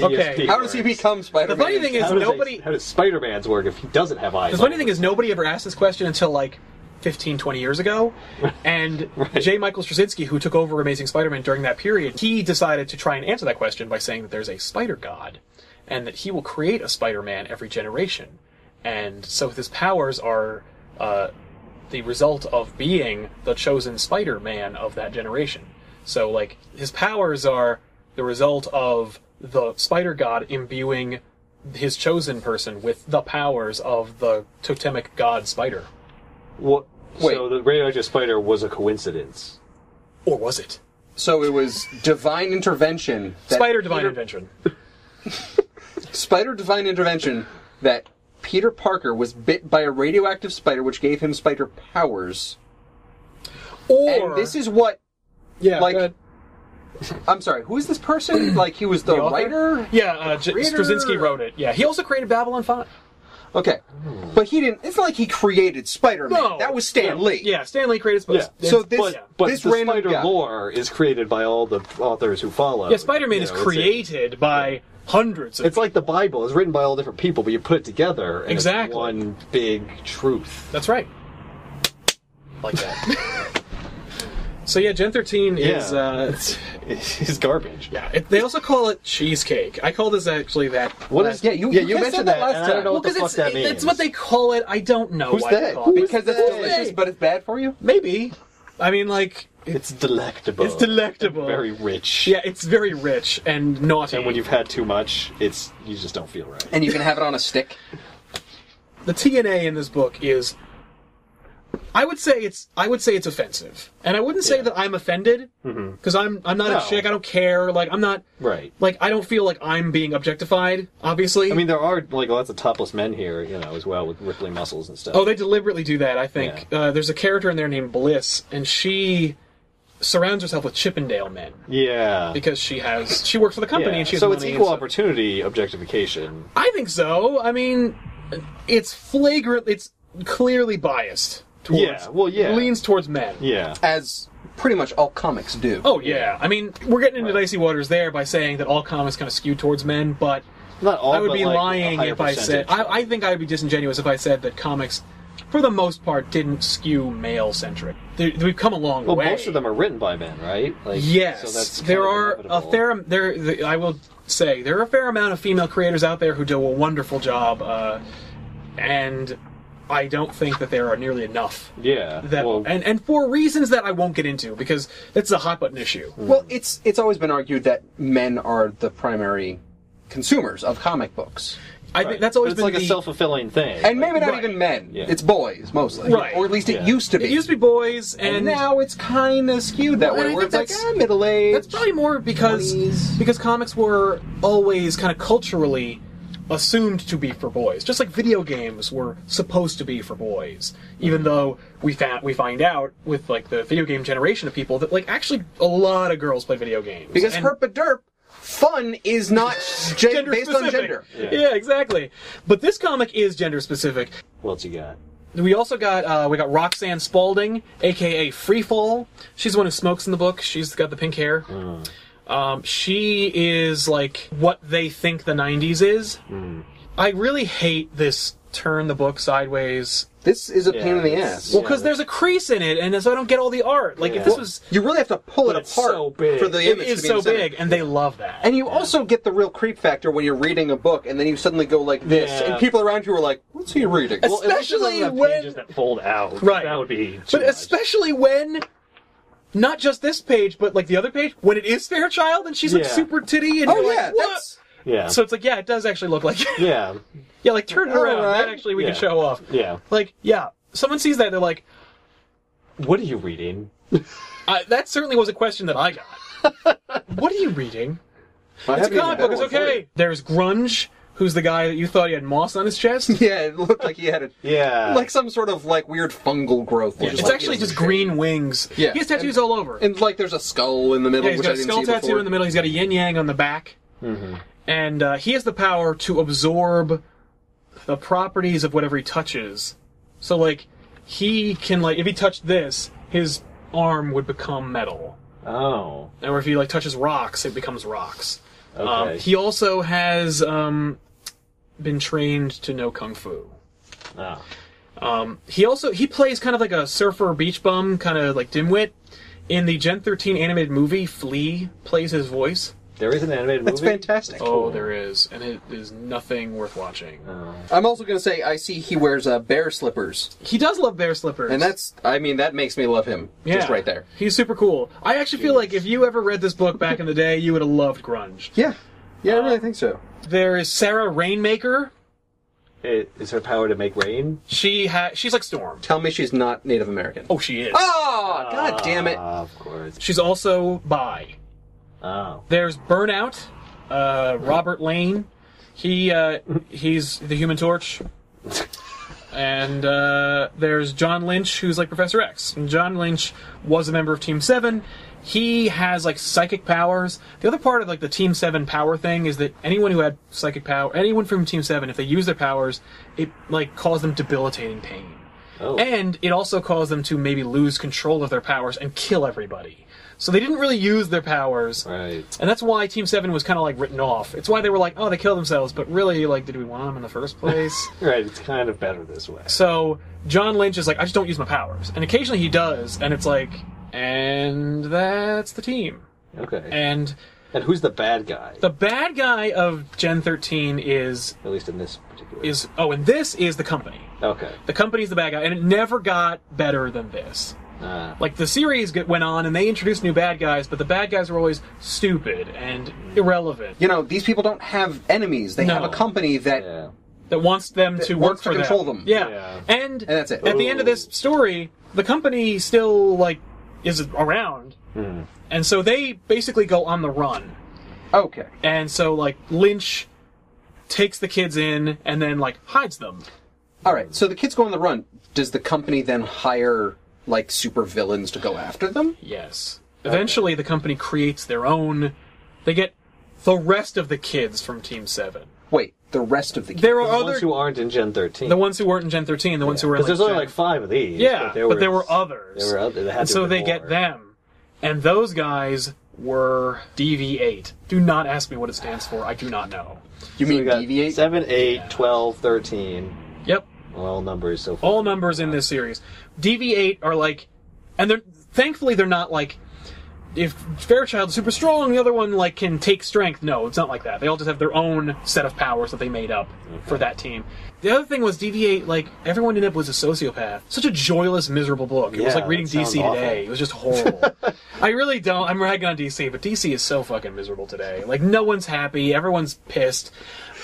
S1: Okay.
S3: ESP
S2: How does he
S3: works.
S2: become Spider-Man?
S1: funny thing is-
S3: How does, a-
S1: Nobody-
S3: how does Spider-Man's work if he doesn't have eyes?
S1: The funny thing is, nobody ever asked this question until like 15, 20 years ago. And J. Michael Straczynski, who took over Amazing Spider Man during that period, he decided to try and answer that question by saying that there's a spider god and that he will create a Spider Man every generation. And so his powers are uh, the result of being the chosen Spider Man of that generation. So, like, his powers are the result of the Spider God imbuing his chosen person with the powers of the totemic god Spider.
S3: What,
S2: Wait.
S3: So the radioactive spider was a coincidence.
S1: Or was it?
S2: So it was divine intervention. That
S1: Spider Divine Invention.
S2: Spider divine intervention that Peter Parker was bit by a radioactive spider, which gave him spider powers.
S1: Or.
S2: And this is what
S1: yeah,
S2: like-
S1: go ahead.
S2: I'm sorry. Who is this person? like he was the,
S1: The author?
S2: writer.
S1: Yeah, uh, J-
S2: creator?
S1: Straczynski wrote it. Yeah, he also created Babylon 5.
S2: Okay, but he didn't. It's not like he created Spider-Man.
S1: No.
S2: that was Stan
S3: No.
S2: Lee.
S1: Yeah, Stanley created.
S3: Yeah.
S2: So this-
S3: But, but
S2: This
S3: the
S2: random
S3: spider
S2: guy.
S3: lore is created by all the authors who follow.
S1: yeah, Spider Man
S3: You
S1: is
S3: know, it's a-
S1: created by hundreds of
S3: It's like the Bible. It's written by all different people, but you put it together and it's
S1: Exactly.
S3: one big truth.
S1: That's right.
S3: Like that.
S1: So yeah, Gen 13 is
S3: Yeah.
S1: uh, it's-
S3: it's garbage.
S1: yeah. It, they also call it cheesecake. I call this actually that.
S3: What
S1: last-
S3: is? Yeah, you, yeah,
S2: yeah, you
S3: you
S2: said
S3: mentioned
S2: that
S3: that.
S2: last
S3: and I
S2: time.
S3: don't know
S1: Well,
S3: what the
S1: because
S3: fuck
S1: it's
S3: that means.
S1: it's what they call it. I don't know
S3: Who's
S1: why they
S3: they?
S1: call it.
S3: Who is-
S2: because it's
S3: Hey.
S2: delicious, but it's bad for you.
S1: Maybe. I mean, like
S3: It's delectable.
S1: It's delectable.
S3: And very rich.
S1: yeah, it's very rich and naughty.
S3: And when you've had too much, it's you just don't feel right.
S2: And you can have it on a stick.
S1: the TNA in this book is I would say it's I would say it's offensive. And I wouldn't say
S3: Yeah. Mm-hmm.
S1: that I'm offended because I'm I'm not
S3: No.
S1: a chick, I don't care. Like I'm not
S3: Right.
S1: like I don't feel like I'm being objectified, obviously.
S3: I mean, there are like lots of topless men here, you know, as well with rippling muscles and stuff.
S1: Oh, they deliberately do that. I think uh, there's a character in there named Bliss, and she surrounds herself with Chippendale men
S3: yeah.
S1: because she has she works for the company
S3: yeah.
S1: and she has
S3: so
S1: money
S3: it's
S1: and
S3: equal
S1: stuff.
S3: opportunity objectification.
S1: I think so. I mean, it's flagrant. It's clearly biased. Towards,
S3: Yeah, well, yeah.
S1: leans towards men.
S3: Yeah.
S2: as pretty much all comics do.
S1: Oh yeah. I mean, we're getting into dicey waters there by saying that all comics kind of skew towards men, but
S3: Not all.
S1: I would
S3: but,
S1: be
S3: like, a
S1: lying
S3: higher
S1: if I said
S3: percentage.
S1: I, I think I would be disingenuous if I said that comics, for the most part, didn't skew male centric. We've come a long
S3: Well,
S1: way.
S3: most of them are written by men, right? Like,
S1: Yes,
S3: so that's kind
S1: there
S3: of
S1: are a
S3: inevitable.
S1: fair there. The, I will say there are a fair amount of female creators out there who do a wonderful job, uh, and I don't think that there are nearly enough.
S3: Yeah.
S1: That
S3: well,
S1: and and for reasons that I won't get into because that's a hot button issue.
S2: Well, it's it's always been argued that men are the primary consumers of comic books,
S1: I think that's always
S3: it's
S1: been
S3: like
S1: the-
S3: a self fulfilling thing.
S2: and maybe not
S1: Right.
S2: even men.
S3: Yeah.
S2: It's boys mostly,
S1: Right.
S2: or at least it
S3: Yeah.
S2: used to be.
S1: It used to be boys, and,
S2: and now it's kind of skewed that
S1: Well, and
S2: way,
S1: I
S2: where
S1: think
S2: it's like
S1: that's-
S2: ah, middle age.
S1: That's probably more because
S2: 20s.
S1: because comics were always kind of culturally assumed to be for boys, just like video games were supposed to be for boys. Even though we found we find out with like the video game generation of people that like actually a lot of girls play video games
S2: because
S1: And-
S2: herp a derp fun is not gen- based on
S1: specific.
S2: gender.
S1: Yeah.
S3: Yeah.
S1: exactly. But this comic is gender specific.
S3: what else you got?
S1: We also got uh, we got Roxanne Spalding, aka Freefall. She's the one who smokes in the book. She's got the pink hair. Um, she is like what they think the '90s is. I really hate this turn the book sideways.
S2: This is a
S3: Yeah,
S2: pain in the
S3: it's-
S2: ass.
S1: Well,
S3: Yeah,
S1: because there's
S3: that's-
S1: a crease in it, and so I don't get all the art. Like if
S3: Yeah.
S1: this
S3: Well,
S1: was,
S2: you really have to pull it
S3: But it's
S2: apart
S3: so big.
S2: for the
S1: it
S2: image
S1: is
S2: to be in
S1: so
S2: the center.
S1: big, and they love that.
S2: And you also get the real creep factor when you're reading a book and then you suddenly go like this,
S3: Yeah.
S2: and people around you are like, "What's he reading?"
S3: Well, at least it doesn't
S1: especially
S3: have
S1: when-
S3: pages that fold out.
S1: Right.
S3: That would be. Too
S1: but
S3: much.
S1: especially when not just this page, but like the other page, when it is Fairchild and she's like
S3: Yeah.
S1: super titty and
S2: oh
S1: you're
S2: yeah,
S1: like, what?
S2: that's
S3: Yeah.
S1: So it's like, yeah, it does actually look like it.
S3: yeah.
S1: yeah, like turn her
S2: All
S1: around.
S2: Oh, right.
S1: That actually we
S3: Yeah.
S1: can show off.
S3: Yeah.
S1: Like, yeah, someone sees that they're like,
S3: What are you reading?
S1: I, that certainly was a question that I got. what are you reading? It's a comic book. It's okay. There's Grunge, who's the guy that you thought he had moss on his chest.
S2: yeah. It looked like he had a,
S3: Yeah.
S2: like some sort of like weird fungal growth. thing.
S1: It's
S2: Like,
S1: actually
S2: he has
S1: just
S2: a shape.
S1: green wings.
S2: Yeah.
S1: He has tattoos all over.
S2: and like there's a skull in the middle,
S1: Yeah, he's
S2: which
S1: got
S2: I
S1: a
S2: didn't
S1: skull
S2: see
S1: tattoo
S2: before. Mm-hmm.
S1: in the middle. He's got a yin yang on the back, and uh, he has the power to absorb the properties of whatever he touches. So, like, he can like if he touched this, his arm would become metal,
S3: Oh.
S1: or if he like touches rocks, it becomes rocks.
S3: Okay.
S1: Um, he also has um, been trained to know kung fu.
S3: Oh.
S1: He also he plays kind of like a surfer beach bum, kind of like dimwit. In the Gen 13 animated movie, Flea plays his voice.
S3: There is an animated
S2: That's
S3: movie.
S2: fantastic.
S1: Oh, there is, and it is nothing worth watching.
S2: Uh. I'm also gonna say I see he wears uh, bear slippers,
S1: He does love bear slippers,
S2: and that's I mean that makes me love him
S1: yeah,
S2: just right there.
S1: He's super cool. I actually feel like if you ever read this book back in the day, you would have loved grunge.
S2: Yeah, yeah, I really think so.
S1: There is Sarah Rainmaker.
S3: It, is her power to make rain?
S1: She ha- she's like Storm.
S2: Tell me she's not Native American.
S1: Oh, she is.
S2: Ah, god damn it!
S3: Ah, of course.
S1: She's also bi.
S3: Oh.
S1: There's Burnout. Uh, Robert Lane. He uh, he's the Human Torch. And uh, there's John Lynch, who's like Professor X. And John Lynch was a member of Team Seven. He has like psychic powers. The other part of like the Team Seven power thing is that anyone who had psychic power, anyone from Team Seven, if they use their powers, it like caused them debilitating pain.
S3: Oh.
S1: And it also caused them to maybe lose control of their powers and kill everybody. So they didn't really use their powers.
S3: Right.
S1: And that's why Team Seven was kind of like written off. It's why they were like, "Oh, they killed themselves," but really, like, did we want them in the first place?
S3: Right. It's kind of better this way.
S1: so John Lynch is like, "I just don't use my powers," and occasionally he does, and it's like, and that's the team.
S3: Okay.
S1: And
S3: And who's the bad guy?
S1: the bad guy of Gen Thirteen is
S3: At least in this particular.
S1: is oh, and this is the company.
S3: okay.
S1: The company's the bad guy, and it never got better than this.
S3: Ah.
S1: Like the series get, went on, and they introduced new bad guys, but the bad guys were always stupid and irrelevant.
S2: You know these people don't have enemies; they
S1: No.
S2: have a company that
S3: yeah.
S1: that wants them to work
S2: wants
S1: for
S2: to control them.
S1: Yeah.
S3: Yeah.
S1: and
S2: And that's it.
S1: At the end of this story, the company still like is around,
S3: Hmm.
S1: and so they basically go on the run.
S2: okay.
S1: And so like Lynch takes the kids in and then like hides them.
S2: All right, so the kids go on the run. Does the company then hire like super villains to go after them?
S1: Yes. Eventually, the company creates their own. They get the rest of the kids from Team Seven.
S2: Wait, the rest of the kids.
S1: There are
S3: The
S1: other
S3: ones who aren't in Gen 13.
S1: the ones who weren't in Gen thirteen, the ones who were in,
S3: Because
S1: like,
S3: there's only
S1: Gen-
S3: like five of these.
S1: Yeah,
S3: but there were,
S1: others.
S3: there were other- there had
S1: and
S3: to
S1: so
S3: have
S1: they
S3: been
S1: get
S3: more.
S1: them, and those guys were DV8. Do not ask me what it stands for. I do not know.
S2: you
S3: We
S2: mean
S3: got
S2: deviate?
S3: 7, 8, 12, 13.
S1: Yep,
S3: All numbers so far.
S1: all numbers in this series. DV8 are like, and they're thankfully they're not like. If Fairchild's super strong, the other one like can take strength. No, it's not like that. They all just have their own set of powers that they made up for that team. The other thing was DV8. Like everyone in it was a sociopath. Such a joyless, miserable book. It was
S3: Yeah,
S1: like reading
S3: that sounds
S1: DC today.
S3: awful.
S1: It was just horrible. I really don't. I'm ragging on DC, but DC is so fucking miserable today. Like no one's happy, everyone's pissed,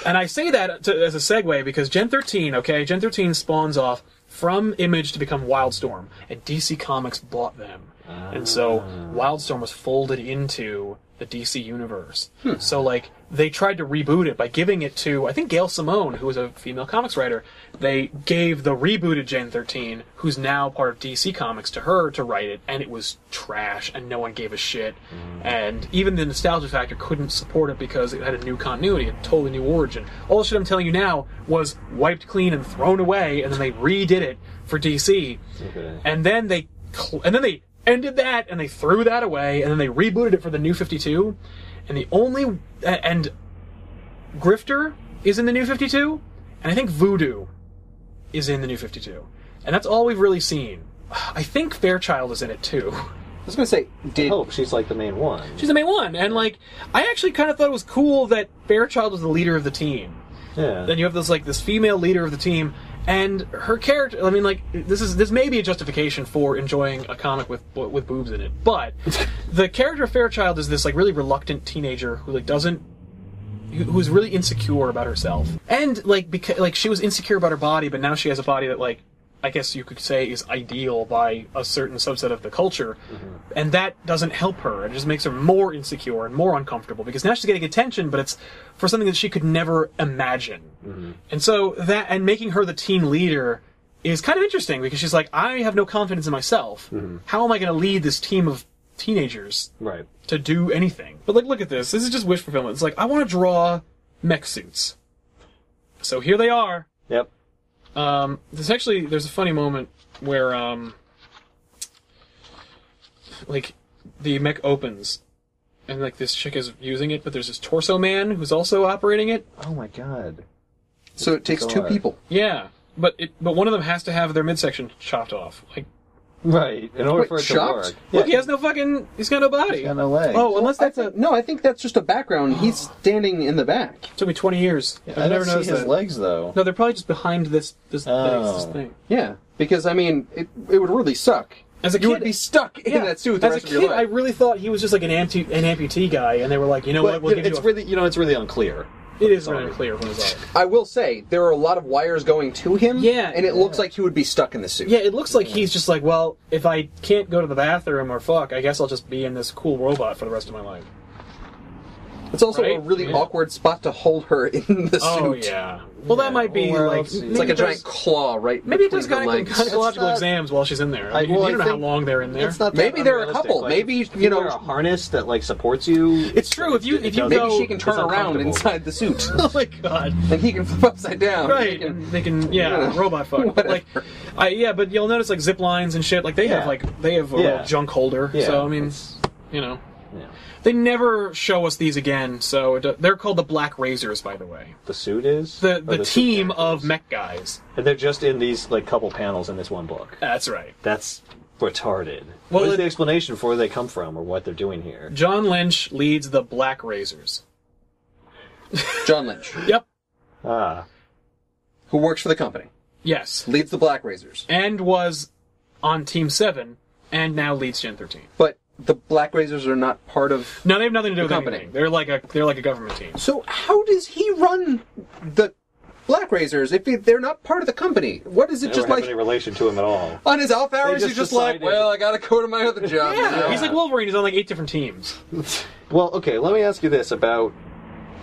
S1: and I say that to, as a segue because Gen 13, okay, Gen 13 spawns off from Image to become Wildstorm, and DC Comics bought them, and so Wildstorm was folded into the DC universe. So like they tried to reboot it by giving it to I think Gail Simone, who was a female comics writer. They gave the rebooted Gen 13, who's now part of DC Comics, to her to write it, and it was trash, and no one gave a shit. And even the nostalgia factor couldn't support it because it had a new continuity, a totally new origin. All the shit I'm telling you now was wiped clean and thrown away, and then they redid it for DC,
S3: Okay.
S1: and then they cl- and then they ended that and they threw that away and then they rebooted it for the new 52 and the only a- and grifter is in the new 52 and i think voodoo is in the New Fifty Two, and that's all we've really seen. I think Fairchild is in it too.
S2: I was gonna say, did
S1: Oh.
S3: Hope Oh, she's like the main one.
S1: She's the main one, and like I actually kind of thought it was cool that Fairchild was the leader of the team.
S3: yeah.
S1: then you have this like this female leader of the team and her character i mean like this is this may be a justification for enjoying a comic with with boobs in it but the character of fairchild is this like really reluctant teenager who like doesn't who- who's really insecure about herself and like because like she was insecure about her body but now she has a body that like i guess you could say is ideal by a certain subset of the culture and that doesn't help her it just makes her more insecure and more uncomfortable because now she's getting attention but it's for something that she could never imagine and so that and making her the team leader is kind of interesting because she's like i have no confidence in myself how am i going to lead this team of teenagers
S3: right.
S1: to do anything. But like, look at this. This is just wish fulfillment. It's like I want to draw mech suits. So here they are.
S3: Yep.
S1: Um, there's actually there's a funny moment where um, like the mech opens, and like this chick is using it, but there's this torso man who's also operating it.
S3: Oh my god.
S2: so it takes two
S3: Bizarre.
S2: people.
S1: Yeah, but it but one of them has to have their midsection chopped off. Like,
S3: Right. In order
S2: Wait,
S3: for it
S2: chopped?
S3: to work.
S1: look, he has no fucking he's got no body.
S3: He's got no legs.
S1: Oh, unless that's
S2: I
S1: a
S2: think- no, I think that's just a background. He's
S1: Oh.
S2: standing in the back.
S1: took me 20 years.
S3: I
S1: I've
S3: don't
S1: never
S3: see
S1: noticed
S3: his
S1: that.
S3: legs though.
S1: No, they're probably just behind this this,
S3: Oh.
S1: this, this thing.
S2: Yeah, because I mean, it, it would really suck.
S1: As a
S2: you would
S1: kid-
S2: be stuck in that suit the
S1: As
S2: rest
S1: a
S2: of your
S1: kid,
S2: life.
S1: I really thought he was just like an amputee, an amputee guy, and they were like, you know what,
S3: But
S1: we'll give
S3: it's
S1: you. A,
S3: really you know it's really unclear.
S1: it is really clear from his eye.
S2: I will say there are a lot of wires going to him.
S1: Yeah,
S2: and it
S1: yeah.
S2: looks like he would be stuck in the suit.
S1: Yeah, it looks like he's just like, well, if I can't go to the bathroom or fuck, I guess I'll just be in this cool robot for the rest of my life.
S2: it's also a
S1: Right?
S2: really
S1: Yeah.
S2: awkward spot to hold her in the
S1: Oh
S2: suit.
S1: yeah. Well,
S3: Yeah,
S1: that might be
S3: where
S1: like
S3: else is he?
S1: maybe
S2: it's like a
S1: it does-
S2: giant claw right.
S1: Maybe it
S2: between
S1: does
S2: her
S1: gyne-
S2: legs.
S1: gynecological
S3: not-
S1: exams while she's in there.
S3: I-
S1: I mean,
S3: well, I
S1: you don't know how
S3: think
S1: long they're in there.
S3: It's not
S2: Maybe
S3: that
S2: there are a
S3: unrealistic.
S2: couple.
S3: Like,
S2: Maybe,
S3: if
S2: you know-
S3: wear a harness that like supports you.
S1: It's true, if you-
S3: it
S1: if you
S3: doesn't-
S1: go-
S2: Maybe she can turn
S3: it's
S2: around
S3: uncomfortable.
S2: inside the suit,
S1: oh my god.
S2: and he can flip upside down. He
S1: Right, and
S2: can-
S1: they can yeah,
S2: Yeah.
S1: robot fuck. But, like,
S2: Whatever.
S1: I yeah, but you'll notice like zip lines and shit. Like they have
S3: Yeah.
S1: like they have a
S3: Yeah.
S1: real junk holder.
S3: Yeah,
S1: so I mean,
S3: it's-
S1: you know,
S3: yeah.
S1: They never show us these again, so it, do- they're called the Black Razors, by the way.
S3: the suit is Or
S1: The the,
S3: suit
S1: team
S3: characters?
S1: of mech guys.
S3: And they're just in these like couple panels in this one book.
S1: That's right.
S3: That's retarded.
S1: Well,
S3: what is
S1: it-
S3: the explanation for where they come from or what they're doing here?
S1: John Lynch leads the Black Razors.
S2: John Lynch,
S1: Yep.
S3: Ah,
S2: who works for the company,
S1: Yes.
S2: leads the Black Razors,
S1: And was on Team Seven, and now leads Gen Thirteen.
S2: but the Black Razors are not part of
S1: No, they have nothing to do with
S2: company.
S1: anything. They're like a they're like a government team.
S2: So how does he run the Black Razors if they're not part of the company? What is it
S3: they don't
S2: just
S3: have
S2: like
S3: any relation to him at all.
S2: on his off hours?
S3: just
S2: He's just like,
S3: decided-
S2: well, I gotta go to my other job.
S1: Yeah,
S2: now."
S1: he's like Wolverine. He's on like eight different teams.
S3: Well, okay, let me ask you this about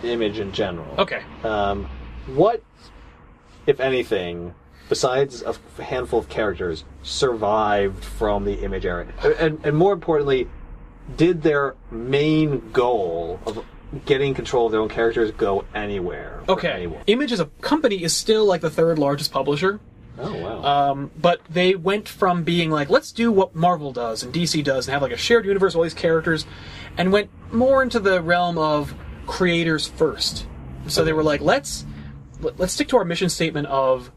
S3: image in general.
S1: Okay.
S3: Um, what, if anything, besides a handful of characters, survived from the image era? And, and more importantly, did their main goal of getting control of their own characters go anywhere? for
S1: Okay.
S3: anyone?
S1: Image as a company is still like the third largest publisher.
S3: Oh, wow.
S1: Um, but they went from being like, let's do what Marvel does and DC does and have like a shared universe, all these characters, and went more into the realm of creators first. So they were like, let's let- let's stick to our mission statement of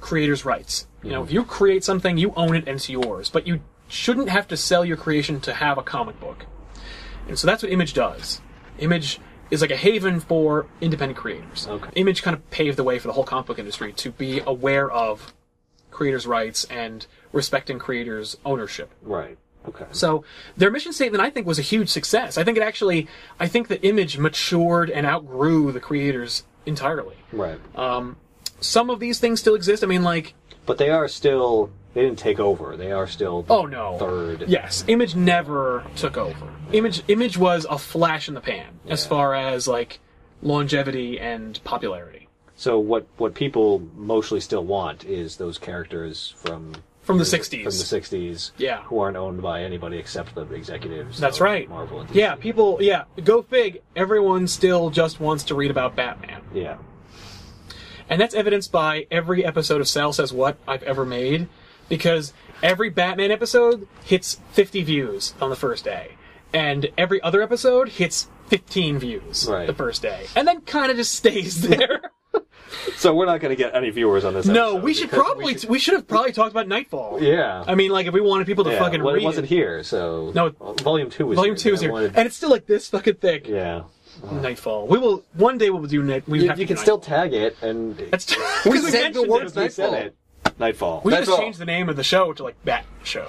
S1: creators' rights. You know, if you create something, you own it and it's yours, but you shouldn't have to sell your creation to have a comic book. And so that's what Image does. Image is like a haven for independent creators.
S3: Okay.
S1: Image kind of paved the way for the whole comic book industry to be aware of creators' rights and respecting creators' ownership.
S3: right. Okay.
S1: So their mission statement, I think, was a huge success. I think it actually, I think the image matured and outgrew the creators entirely.
S3: Right.
S1: Some of these things still exist. I mean, like,
S3: but they are still. They didn't take over. They are still. the
S1: oh no,
S3: Third.
S1: Yes, Image never took over. Image, Image was a flash in the pan as far as like longevity and popularity
S3: So what what people mostly still want is those characters from
S1: from the
S3: from the
S1: '60s.
S3: sixties,
S1: Yeah.
S3: who aren't owned by anybody except the executives.
S1: That's
S3: of
S1: right.
S3: Marvel. And DC.
S1: Yeah, people. Yeah, go fig. Everyone still just wants to read about Batman.
S3: yeah,
S1: And that's evidenced by every episode of Sal Says What I've ever made, because every Batman episode hits 50 views on the first day, and every other episode hits 15 views
S3: Right.
S1: the first day, and then kind of just stays there.
S3: So we're not going to get any viewers on this.
S1: No,
S3: episode
S1: we should
S3: because
S1: probably we should, have probably talked about Nightfall.
S3: Yeah.
S1: I mean, like if we wanted people to
S3: Yeah,
S1: fucking
S3: well,
S1: read
S3: it wasn't here, so
S1: No, it-
S3: Well, volume two was
S1: Volume
S3: here,
S1: two
S3: but
S1: is
S3: I
S1: here,
S3: wanted-
S1: and it's still like this fucking thick.
S3: yeah,
S1: Nightfall. We will one day we'll do night. We
S3: you,
S1: have to
S3: you
S1: do
S3: can still tag it, and
S1: Nightfall. That's
S2: We
S1: 'cause
S2: said the
S1: mentioned
S2: words
S1: it.
S3: we said
S2: Nightfall.
S3: it. Nightfall.
S1: We just
S2: Nightfall.
S1: changed the name of the show to like Bat Show,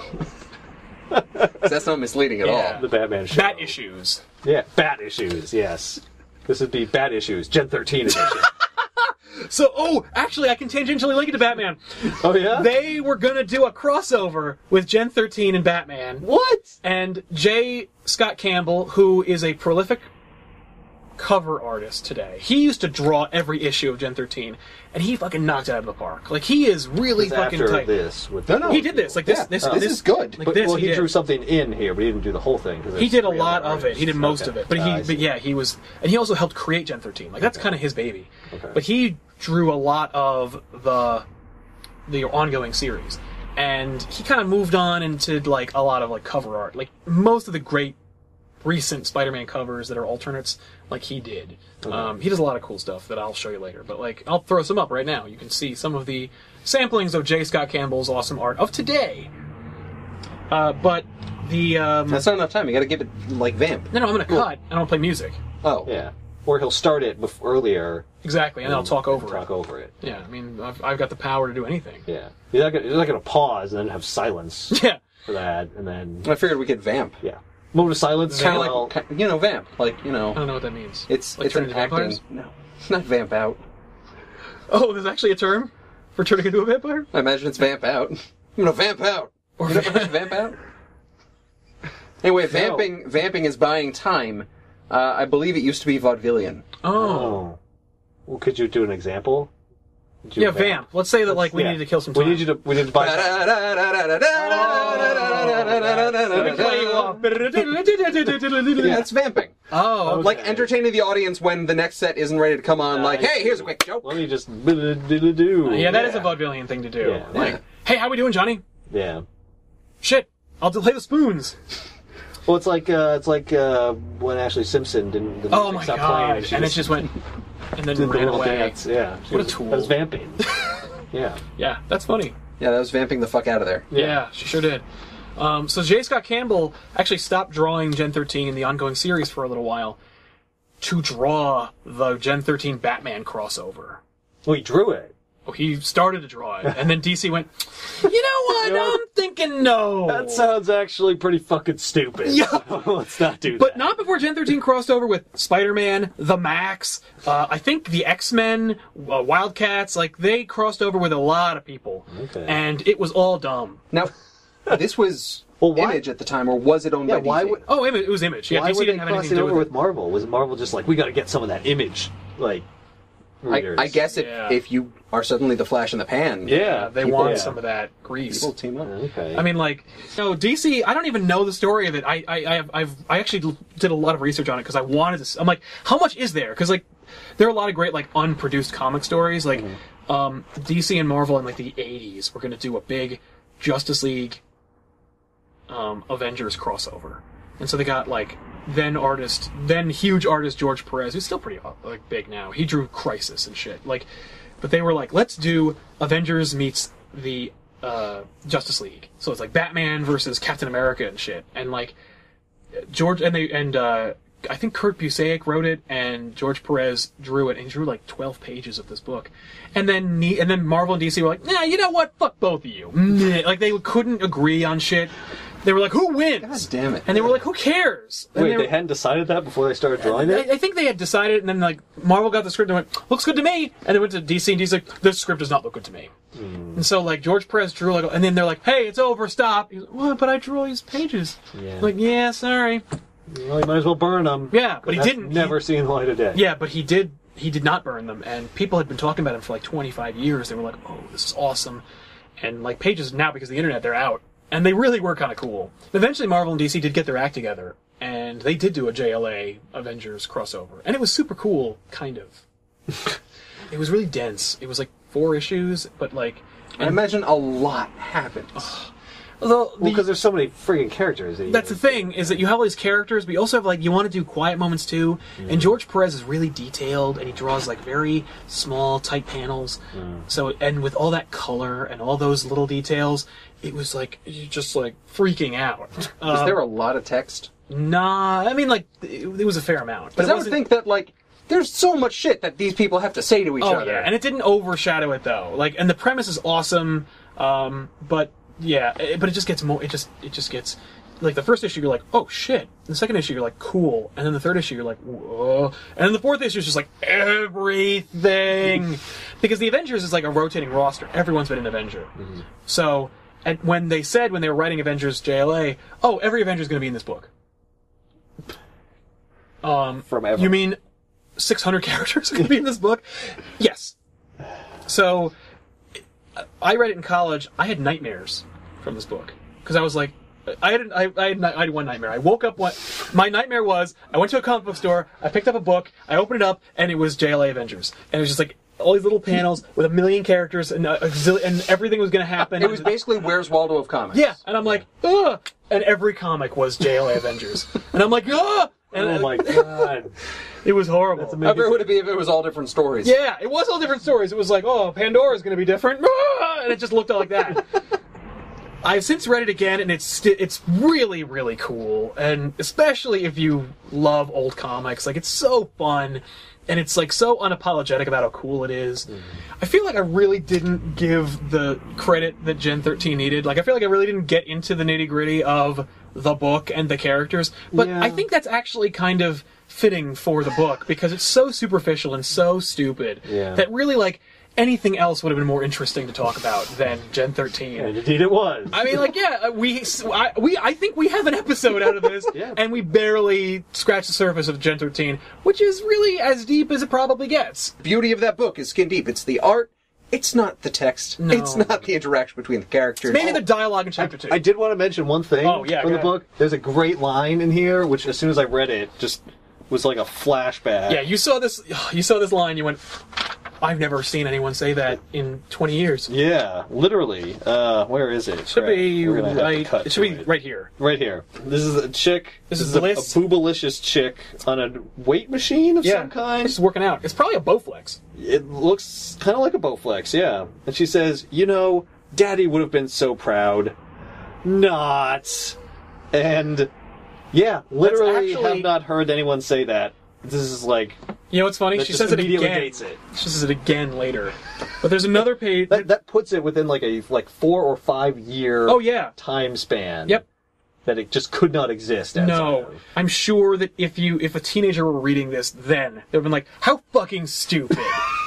S2: 'Cause That's not misleading at
S1: Yeah.
S3: the Batman show.
S1: Bat Issues.
S3: Yeah, bat issues. Yes, this would be bat issues, Gen thirteen edition.
S1: So, oh, actually, I can tangentially link it to Batman.
S3: oh yeah.
S1: They were gonna do a crossover with Gen 13 and Batman.
S3: what?
S1: and J. Scott Campbell, who is a prolific cover artist today. He used to draw every issue of Gen 13, and he fucking knocked it out of the park. Like he is really
S3: It's
S1: fucking
S3: after
S1: tight.
S3: this, with
S2: No, no.
S1: He did this, like this,
S2: Yeah,
S1: this,
S2: this is good.
S1: Like
S3: but,
S1: this,
S3: well,
S1: he,
S3: he,
S1: did.
S3: drew something in here, but he didn't do the whole thing. 'cause
S1: He
S3: there's
S1: did a
S3: three other
S1: lot of it.
S3: artists.
S1: He did most
S3: Okay.
S1: of it, but
S3: Ah, I
S1: he,
S3: see.
S1: but yeah, he was, and he also helped create Gen 13. Like that's kind of his baby.
S3: Okay.
S1: But he drew a lot of the the ongoing series, and he kind of moved on into like a lot of like cover art. Like most of the great recent Spider-Man covers that are alternates, like he did. Um, he does a lot of cool stuff that I'll show you later, but like I'll throw some up right now. You can see some of the samplings of J. Scott Campbell's awesome art of today. Uh, but the um,
S2: That's not enough time. You got to give it like vamp.
S1: no, no, I'm gonna cut and I'm gonna play music.
S2: Oh,
S3: Yeah, or he'll start it bef- earlier.
S1: Exactly, and then I'll talk over
S3: Talk
S1: it.
S3: over it.
S1: Yeah, I mean, I've, I've got the power to do anything.
S3: Yeah, you're not gonna, you're not gonna pause and then have silence
S1: Yeah.
S3: for that, and then
S2: I figured we could vamp.
S3: yeah, moment of silence.
S2: Kind of
S3: well,
S2: like ki- you know vamp, like you
S1: I
S2: know,
S1: don't know what that means.
S2: it's
S1: Um, like
S2: it's
S1: turn
S2: an
S1: into
S2: acting.
S1: vampires.
S2: No, it's not vamp out.
S1: Oh, there's actually a term for turning into a vampire.
S2: I imagine it's vamp out. I'm gonna vamp out.
S1: Or
S2: You never heard of vamp out? Anyway, vamping vamping is buying time. Uh, I believe it used to be vaudevillian.
S1: oh,
S3: oh, well, could you do an example? Could you
S1: yeah, vamp. Let's say that like we
S3: Yeah.
S1: need to kill some.
S3: We
S1: Time.
S3: need you to. We need to buy.
S1: Let me play you off.
S2: Yeah, That's vamping.
S1: Oh,
S3: Okay.
S1: like
S2: Like entertaining the audience when the next set isn't ready to come on.
S3: Uh,
S2: Like, hey, here's a quick joke.
S3: Let me just. do.
S1: yeah, that is
S2: yeah.
S1: a vaudevillian thing to do.
S3: Yeah.
S1: Like, hey, how we doing, Johnny?
S3: Yeah.
S1: Shit, I'll delay the spoons.
S3: Well, it's like uh, it's like uh, when Ashley Simpson didn't. The
S1: Oh
S3: music
S1: my
S3: stopped
S1: god!
S3: playing, she
S1: and it
S3: was-
S1: just went, and then
S3: did the
S1: ran
S3: little
S1: away.
S3: dance. Yeah. She
S1: What a
S3: was-
S1: tool.
S3: That was vamping. yeah.
S1: Yeah, that's funny.
S2: Yeah, that was vamping the fuck out of there.
S1: Yeah, she sure did. Um, so J. Scott Campbell actually stopped drawing Gen 13 in the ongoing series for a little while to draw the Gen 13 Batman crossover.
S3: Well, he drew it.
S1: Oh, he started to draw it, and then DC went, "You know what?
S3: know,
S1: I'm thinking no."
S3: That sounds actually pretty fucking stupid.
S1: Yeah.
S3: So let's not do
S1: But
S3: that.
S1: not before Gen 13 crossed over with Spider Man, the Max, uh, I think the X Men, uh, Wildcats, like they crossed over with a lot of people.
S3: Okay.
S1: And it was all dumb.
S2: Now, this was
S3: Well, why-
S2: Image at the time, or was it owned
S3: yeah.
S2: by DC?
S3: Why would?
S1: Oh, Im- it was Image. Yeah,
S3: why
S1: DC
S3: would they
S1: didn't have
S3: cross
S1: anything to
S3: it
S1: do
S3: over
S1: with
S3: with
S1: it.
S3: Marvel? Was Marvel just like we got to get some of that image, like
S2: I,
S3: readers?
S2: I guess if,
S1: Yeah.
S2: if you are suddenly the Flash in the pan,
S3: Yeah.
S1: Yeah, Uh, they
S3: people-
S1: want
S3: yeah.
S1: some of that grease.
S2: people team up.
S3: Okay.
S1: I mean, like, no, DC. I don't even know the story of it. I, I, I have, I've, I actually l- did a lot of research on it because I wanted to. s- I'm like, how much is there? Because like, there are a lot of great like unproduced comic stories. Like,
S3: Mm-hmm.
S1: um, DC and Marvel in like the '80s were going to do a big Justice League, um, Avengers crossover, and so they got like then artist, then huge artist George Perez, who's still pretty uh, like big now. He drew Crisis and shit. Like, but they were like, let's do Avengers meets the uh, Justice League. So it's like Batman versus Captain America and shit. And like George and they and uh, I think Kurt Busiek wrote it and George Perez drew it and he drew like twelve pages of this book. And then ne- and then Marvel and DC were like, nah, you know what? Fuck both of you. Nah. Like they couldn't agree on shit. They were like, who
S2: God
S1: wins?
S2: damn it.
S1: And they were like, who cares? And
S3: Wait,
S1: were-
S3: they hadn't decided that before they started drawing it.
S1: I, I think they had decided, and then like Marvel got the script and went, "Looks good to me," and it went to DC, and DC's like, "This script does not look good to me."
S3: Hmm.
S1: And so like George Perez drew like, and then they're like, "Hey, it's over, stop." He's like, "What?" But I drew all these pages.
S3: Yeah.
S1: Like, yeah, sorry.
S3: Well, you might as well burn them.
S1: Yeah, but he
S3: That's
S1: didn't. He-
S3: Never seen the light of day.
S1: Yeah, but he did. He did not burn them, and people had been talking about him for like 25 years. They were like, "Oh, this is awesome," and like pages now because of the internet they're out, and they really were kind of cool. Eventually, Marvel and DC did get their act together, and they did do a JLA Avengers crossover, and it was super cool, kind of. it was really dense. It was like four issues, but like
S2: I imagine a lot happens. Although the,
S3: Well, because there's so many friggin' characters. That you
S1: That's the thing is that you have all these characters, but you also have like you want to do quiet moments too. And George Perez is really detailed, and he draws like very small, tight panels. So and with all that color and all those little details, it was like you're just like freaking out.
S2: is
S1: Uh,
S2: there a lot of text?
S1: nah, I mean like it, it was a fair amount, but
S2: Because
S1: it
S2: I would
S1: wasn't.
S2: think that like there's so much shit that these people have to say to each
S1: oh
S2: other.
S1: yeah, and it didn't overshadow it though. Like and the premise is awesome, um, but yeah, it, but it just gets more. It just it just gets. Like the first issue, you're like, "Oh shit!" The second issue, you're like, "Cool," and then the third issue, you're like, "Whoa!" And then the fourth issue is just like everything, because the Avengers is like a rotating roster. Everyone's been an Avenger,
S2: Mm-hmm.
S1: so and when they said when they were writing Avengers JLA, "Oh, every Avenger is going to be in this book." Um,
S3: From ever.
S1: you mean 600 characters are going to be in this book? Yes. So I read it in college. I had nightmares from this book because I was like, I had, I, I, had ni- I had one nightmare. I woke up. What my nightmare was? I went to a comic book store. I picked up a book. I opened it up, and it was JLA Avengers, and it was just like all these little panels with a million characters, and a, a zillion, and everything was going to happen.
S2: It was basically where's Waldo of comics.
S1: Yeah, and I'm like, ugh. And every comic was JLA Avengers, and I'm like, ugh. And
S3: Oh
S1: uh,
S3: my god.
S1: it was horrible.
S2: How great would it be if it was all different stories?
S1: Yeah, it was all different stories. It was like, oh, Pandora's going to be different, Ah! and it just looked like that. I've since read it again, and it's sti- it's really really cool, and especially if you love old comics, like it's so fun, and it's like so unapologetic about how cool it is. I feel like I really didn't give the credit that Gen thirteen needed. Like I feel like I really didn't get into the nitty gritty of the book and the characters, but
S3: Yeah.
S1: I think that's actually kind of fitting for the book because it's so superficial and so stupid
S3: Yeah.
S1: that really like anything else would have been more interesting to talk about than Gen thirteen.
S3: And indeed it was.
S1: I mean, like, yeah, uh, we, s- I, we, I think we have an episode out of this,
S3: Yeah.
S1: and we barely scratch the surface of Gen 13, which is really as deep as it probably gets.
S2: beauty of that book is skin deep. It's the art. It's not the text.
S1: No.
S2: It's not the interaction between the characters.
S1: Maybe the dialogue in chapter two.
S3: I did want to mention one thing
S1: Oh, yeah,
S3: from
S1: go
S3: the
S1: ahead.
S3: book. There's a great line in here, which as soon as I read it, just was like a flashback.
S1: yeah, you saw this, you saw this line, you went, I've never seen anyone say that in 20 years. It
S3: Yeah, literally. Uh, where is it?
S1: should be
S3: We're gonna have to
S1: right,
S3: cut
S1: it should be
S3: to it.
S1: right here.
S3: Right here. This is a chick.
S1: This is
S3: a, a
S1: Bliss.
S3: boobalicious chick on a weight machine of
S1: Yeah,
S3: some kind.
S1: It's working out. It's probably a Bowflex.
S3: it looks kind of like a Bowflex, yeah. And she says, "You know, Daddy would have been so proud." Not. And yeah, literally
S1: actually-
S3: have not heard anyone say that. This is like
S1: You know what's funny?
S3: That
S1: she
S3: just
S1: says it
S3: immediately
S1: again.
S3: dates it.
S1: She says it again later. But there's another page.
S3: that, that puts it within like a like 4 or 5 year
S1: oh yeah.
S3: time span.
S1: Yep.
S3: That it just could not exist. outside
S1: No,
S3: of.
S1: I'm sure that if you if a teenager were reading this, then they'd have been like, "How fucking stupid!"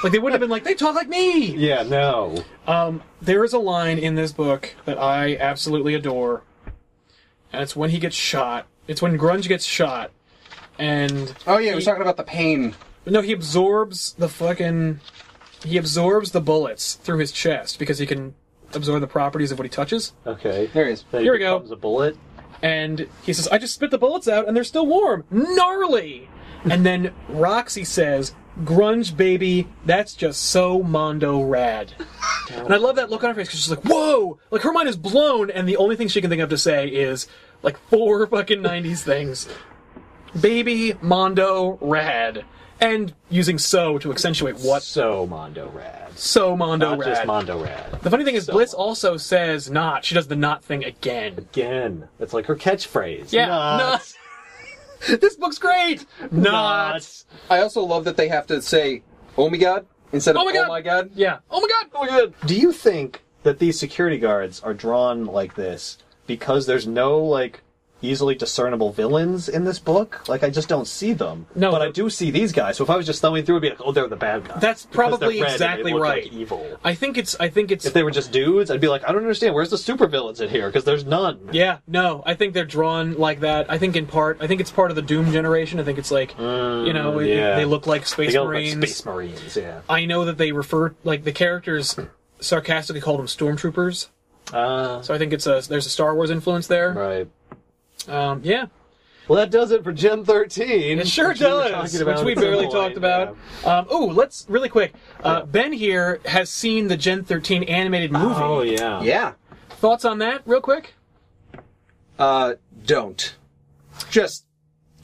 S1: like they wouldn't have been like, "They talk like me."
S3: Yeah, no.
S1: Um, there is a line in this book that I absolutely adore, and it's when he gets shot. It's when Grunge gets shot, and
S2: oh yeah, we're talking about the pain.
S1: no, he absorbs the fucking he absorbs the bullets through his chest because he can absorb the properties of what he touches.
S3: Okay.
S2: There he is.
S3: Then
S1: Here we
S3: it
S1: go.
S3: becomes a bullet.
S1: and he says, "I just spit the bullets out, and they're still warm, gnarly." And then Roxy says, "Grunge baby, that's just so mondo rad." And I love that look on her face because she's like, "Whoa!" Like her mind is blown, and the only thing she can think of to say is like four fucking '90s things: baby, mondo, rad, and using "so" to accentuate what
S3: So Mondo Rad.
S1: so mondo
S3: Not
S1: rad.
S3: just Mondo Rad.
S1: the funny thing is, Bliss also says "not." She does the "not" thing again.
S3: Again, that's like her catchphrase.
S1: Yeah.
S3: Not.
S1: not- this book's great. Not.
S3: Not.
S2: I also love that they have to say "Oh my god" instead of
S1: Oh my god.
S2: "Oh my god."
S1: Yeah. Oh my god. Oh my god.
S3: Do you think that these security guards are drawn like this because there's no like easily discernible villains in this book? Like I just don't see them.
S1: No.
S3: but I do see these guys. So if I was just thumbing through, I'd be like, oh, they're the bad guys.
S1: That's
S3: Because they're
S1: probably
S3: red and they
S1: exactly
S3: look
S1: right.
S3: Like evil.
S1: I think it's. I think it's.
S3: If they were just dudes, I'd be like, I don't understand. Where's the supervillains in here? Because there's none.
S1: yeah. No. I think they're drawn like that. I think in part. I think it's part of the Doom generation. I think it's like. you know, it-
S3: Mm, yeah.
S1: they look like space
S3: They all look like
S1: marines.
S3: space marines. Yeah.
S1: I know that they refer like the characters sarcastically called them stormtroopers.
S3: Uh,
S1: So I think it's a. There's a Star Wars influence there.
S3: right.
S1: Um, yeah.
S3: Well, that does it for Gen 13.
S1: It sure
S3: which we were
S1: does,
S3: talking about
S1: which we
S3: at some
S1: barely
S3: point,
S1: talked about.
S3: yeah.
S1: Um, oh, let's really quick. Uh, Ben here has seen the Gen 13 animated movie.
S3: Oh, yeah.
S2: Yeah.
S1: Thoughts on that, real quick?
S2: Uh, don't. Just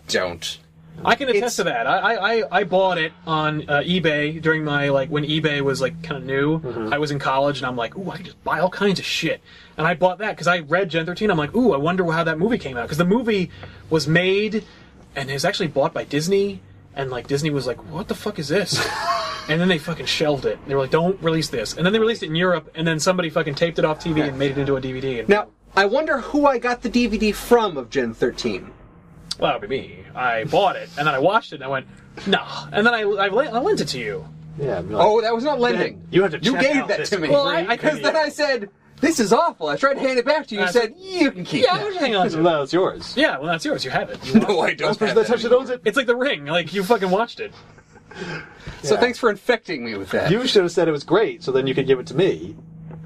S2: don't.
S1: I can attest to that. I, I, I- I bought it on uh, eBay during my like when eBay was like kind of new. I was in college and I'm like, ooh, I can just buy all kinds of shit. And I bought that because I read Gen 13. I'm like, ooh, I wonder how that movie came out because the movie was made and it was actually bought by Disney. And like Disney was like, what the fuck is this? and then they fucking shelved it. They were like, don't release this. And then they released it in Europe. And then somebody fucking taped it off TV and made it into a DVD. And
S2: Now, I wonder who I got the DVD from of Gen 13.
S1: well, that would be me. I bought it and then I watched it and I went, nah. And then I I, lent- I lent it to you.
S3: Yeah. I'd be like,
S2: Oh, that was not lending.
S3: you have to
S2: You
S3: check
S2: gave
S3: out
S2: that
S3: this
S2: to me.
S1: Well, I- I-
S2: Because then I said, "This is awful." I tried to hand it back to you. You
S1: Uh,
S2: said, "You can keep
S1: Yeah, I
S2: it."
S1: was hanging on
S3: well,
S1: to it.
S3: that's yours.
S1: Yeah, well, that's yours. You have it. You
S2: No,
S1: watched
S2: I
S1: it.
S2: don't.
S3: First
S2: have
S3: person that
S2: that
S3: touches it owns
S2: anymore.
S3: it.
S1: It's like the ring. Like you fucking watched it.
S2: So
S3: Yeah.
S2: thanks for infecting me with that.
S3: You should have said it was great, so then you could give it to me,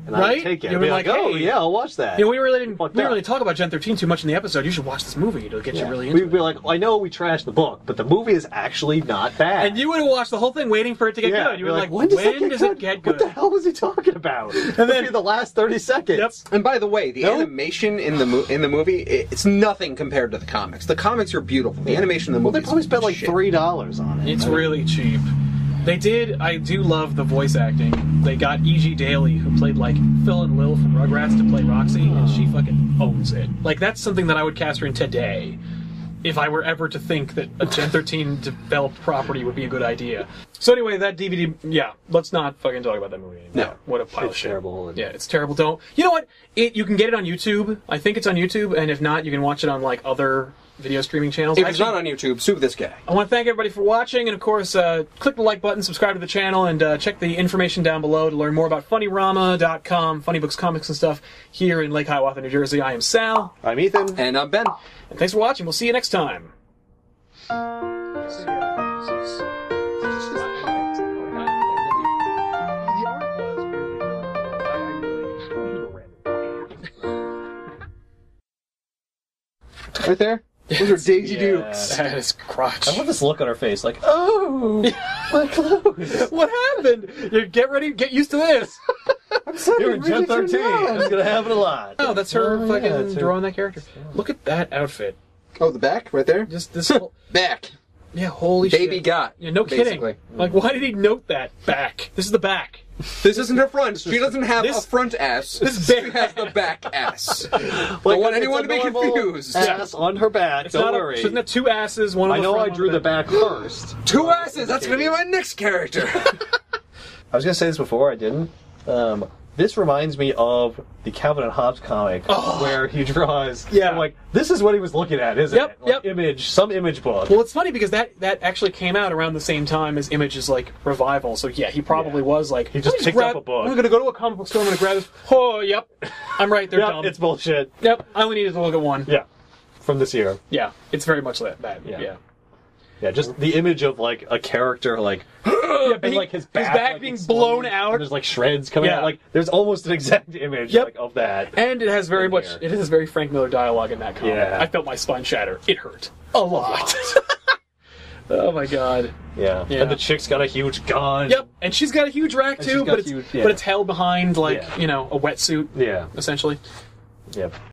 S3: and I
S1: Right?
S3: would take it.
S1: You
S3: and be
S1: were
S3: like,
S1: like,
S3: oh
S1: hey."
S3: yeah, I'll watch that.
S1: You know, we really didn't. We
S3: Fucked
S1: didn't
S3: up.
S1: really talk about Gen 13 too much in the episode. You should watch this movie. It'll get
S3: Yeah.
S1: you really into
S3: We'd be
S1: it.
S3: like, I know we trashed the book, but the movie is actually not bad.
S1: And you would have watched the whole thing waiting for it to get
S3: yeah,
S1: good. You
S3: be
S1: were like,
S3: when does, that get
S1: it
S3: good?
S1: get
S3: What the
S1: good?
S3: hell was he talking about? And
S1: then-
S3: then the last thirty seconds.
S1: Yep.
S2: And by the way, the
S3: No.
S2: animation in the mo- in the movie i- it's nothing compared to the comics. The comics are beautiful. The animation in the
S3: Well,
S2: movie
S3: they probably
S2: is
S3: spent like
S2: shit.
S3: three dollars on it.
S1: It's really cheap. They did. I do love the voice acting. They got E.G. Daly, who played like Phil and Lil from Rugrats, to play Roxy, and
S2: Oh.
S1: she fucking owns it. Like that's something that I would cast her in today, if I were ever to think that a Gen 13 developed property would be a good idea. So anyway, that DVD. Yeah, let's not fucking talk about that movie anymore.
S2: No.
S1: what a pile of
S3: It's
S1: shit.
S3: terrible and-
S1: Yeah, it's terrible. Don't. You know what? It you can get it on YouTube. I think it's on YouTube, and if not, you can watch it on like other video streaming channels.
S2: If it's
S1: Actually-
S2: not on YouTube, sue this guy.
S1: I want to thank everybody for watching, and of course, uh, click the like button, subscribe to the channel, and uh, check the information down below to learn more about funnyrama.com, funny books, comics, and stuff here in Lake Hiawatha, New Jersey. I am Sal,
S3: I'm Ethan.
S2: And I'm Ben.
S1: and thanks for watching. We'll see you next time.
S2: Right there. Those are Daisy Dukes.
S1: that is crotch.
S3: I love this look on her face, like, oh, my clothes.
S1: What happened? You get ready, get used to this.
S3: You were Gen 13. It's gonna happen a lot.
S1: Oh, that's her
S3: Oh, yeah,
S1: fucking
S3: that's her-
S1: drawing that character. Look at that outfit.
S2: Oh, the back right there.
S1: Just this. whole-
S2: Back.
S1: yeah, holy shit.
S2: Baby got.
S1: Yeah, no
S2: basically.
S1: kidding. Like, why did he note that back? This is the back.
S2: This isn't her front. She doesn't have
S1: This-
S2: a front ass.
S1: This is
S2: She
S1: big.
S2: has a back ass.
S3: Like,
S2: Don't want
S3: it's
S2: anyone
S3: a
S2: to be
S3: normal
S2: confused.
S3: Ass on her back.
S1: It's
S3: Don't
S1: not
S3: worry.
S1: A, isn't it two asses? One. on
S3: I know I
S1: front,
S3: drew
S1: one
S3: the
S1: on
S3: back first.
S2: Two asses. That's gonna be my next character.
S3: I was gonna say this before, I didn't. Um, this reminds me of the Calvin and Hobbes comic
S2: Oh.
S3: where he draws.
S1: Yeah.
S3: I'm like, this is what he was looking at, isn't
S1: Yep,
S3: it? Like,
S1: yep.
S3: Image, some image book.
S1: Well, it's funny because that that actually came out around the same time as Image's like revival. So yeah, he probably
S3: Yeah.
S1: was like
S3: He just
S1: "Let me
S3: picked
S1: grab-
S3: up a book."
S1: I'm gonna go to a comic book store. I'm gonna grab this. Oh, yep. I'm right. They're
S3: Yep,
S1: dumb.
S3: it's bullshit.
S1: Yep. I only needed to look at one.
S3: Yeah. From this year.
S1: Yeah. It's very much that. that yeah.
S3: Yeah.
S1: Yeah.
S3: Yeah, just the image of like a character like and
S1: being-
S3: like his back,
S1: his back
S3: like,
S1: being
S3: exploding,
S1: blown
S3: and
S1: out.
S3: there's like shreds coming
S1: Yeah.
S3: out. Like there's almost an exact image
S1: Yep.
S3: like of that.
S1: And it has very
S3: In
S1: much.
S3: here.
S1: It has very Frank Miller dialogue in that comic.
S3: Yeah.
S1: I felt my spine shatter. It hurt a lot. oh my god.
S3: Yeah.
S1: Yeah.
S3: And the chick's got a huge gun.
S1: Yep. And she's got a huge rack
S3: she's
S1: too,
S3: got
S1: but it's
S3: huge- yeah.
S1: but it's held behind like
S3: Yeah.
S1: you know a wetsuit
S3: Yeah.
S1: essentially.
S3: Yep.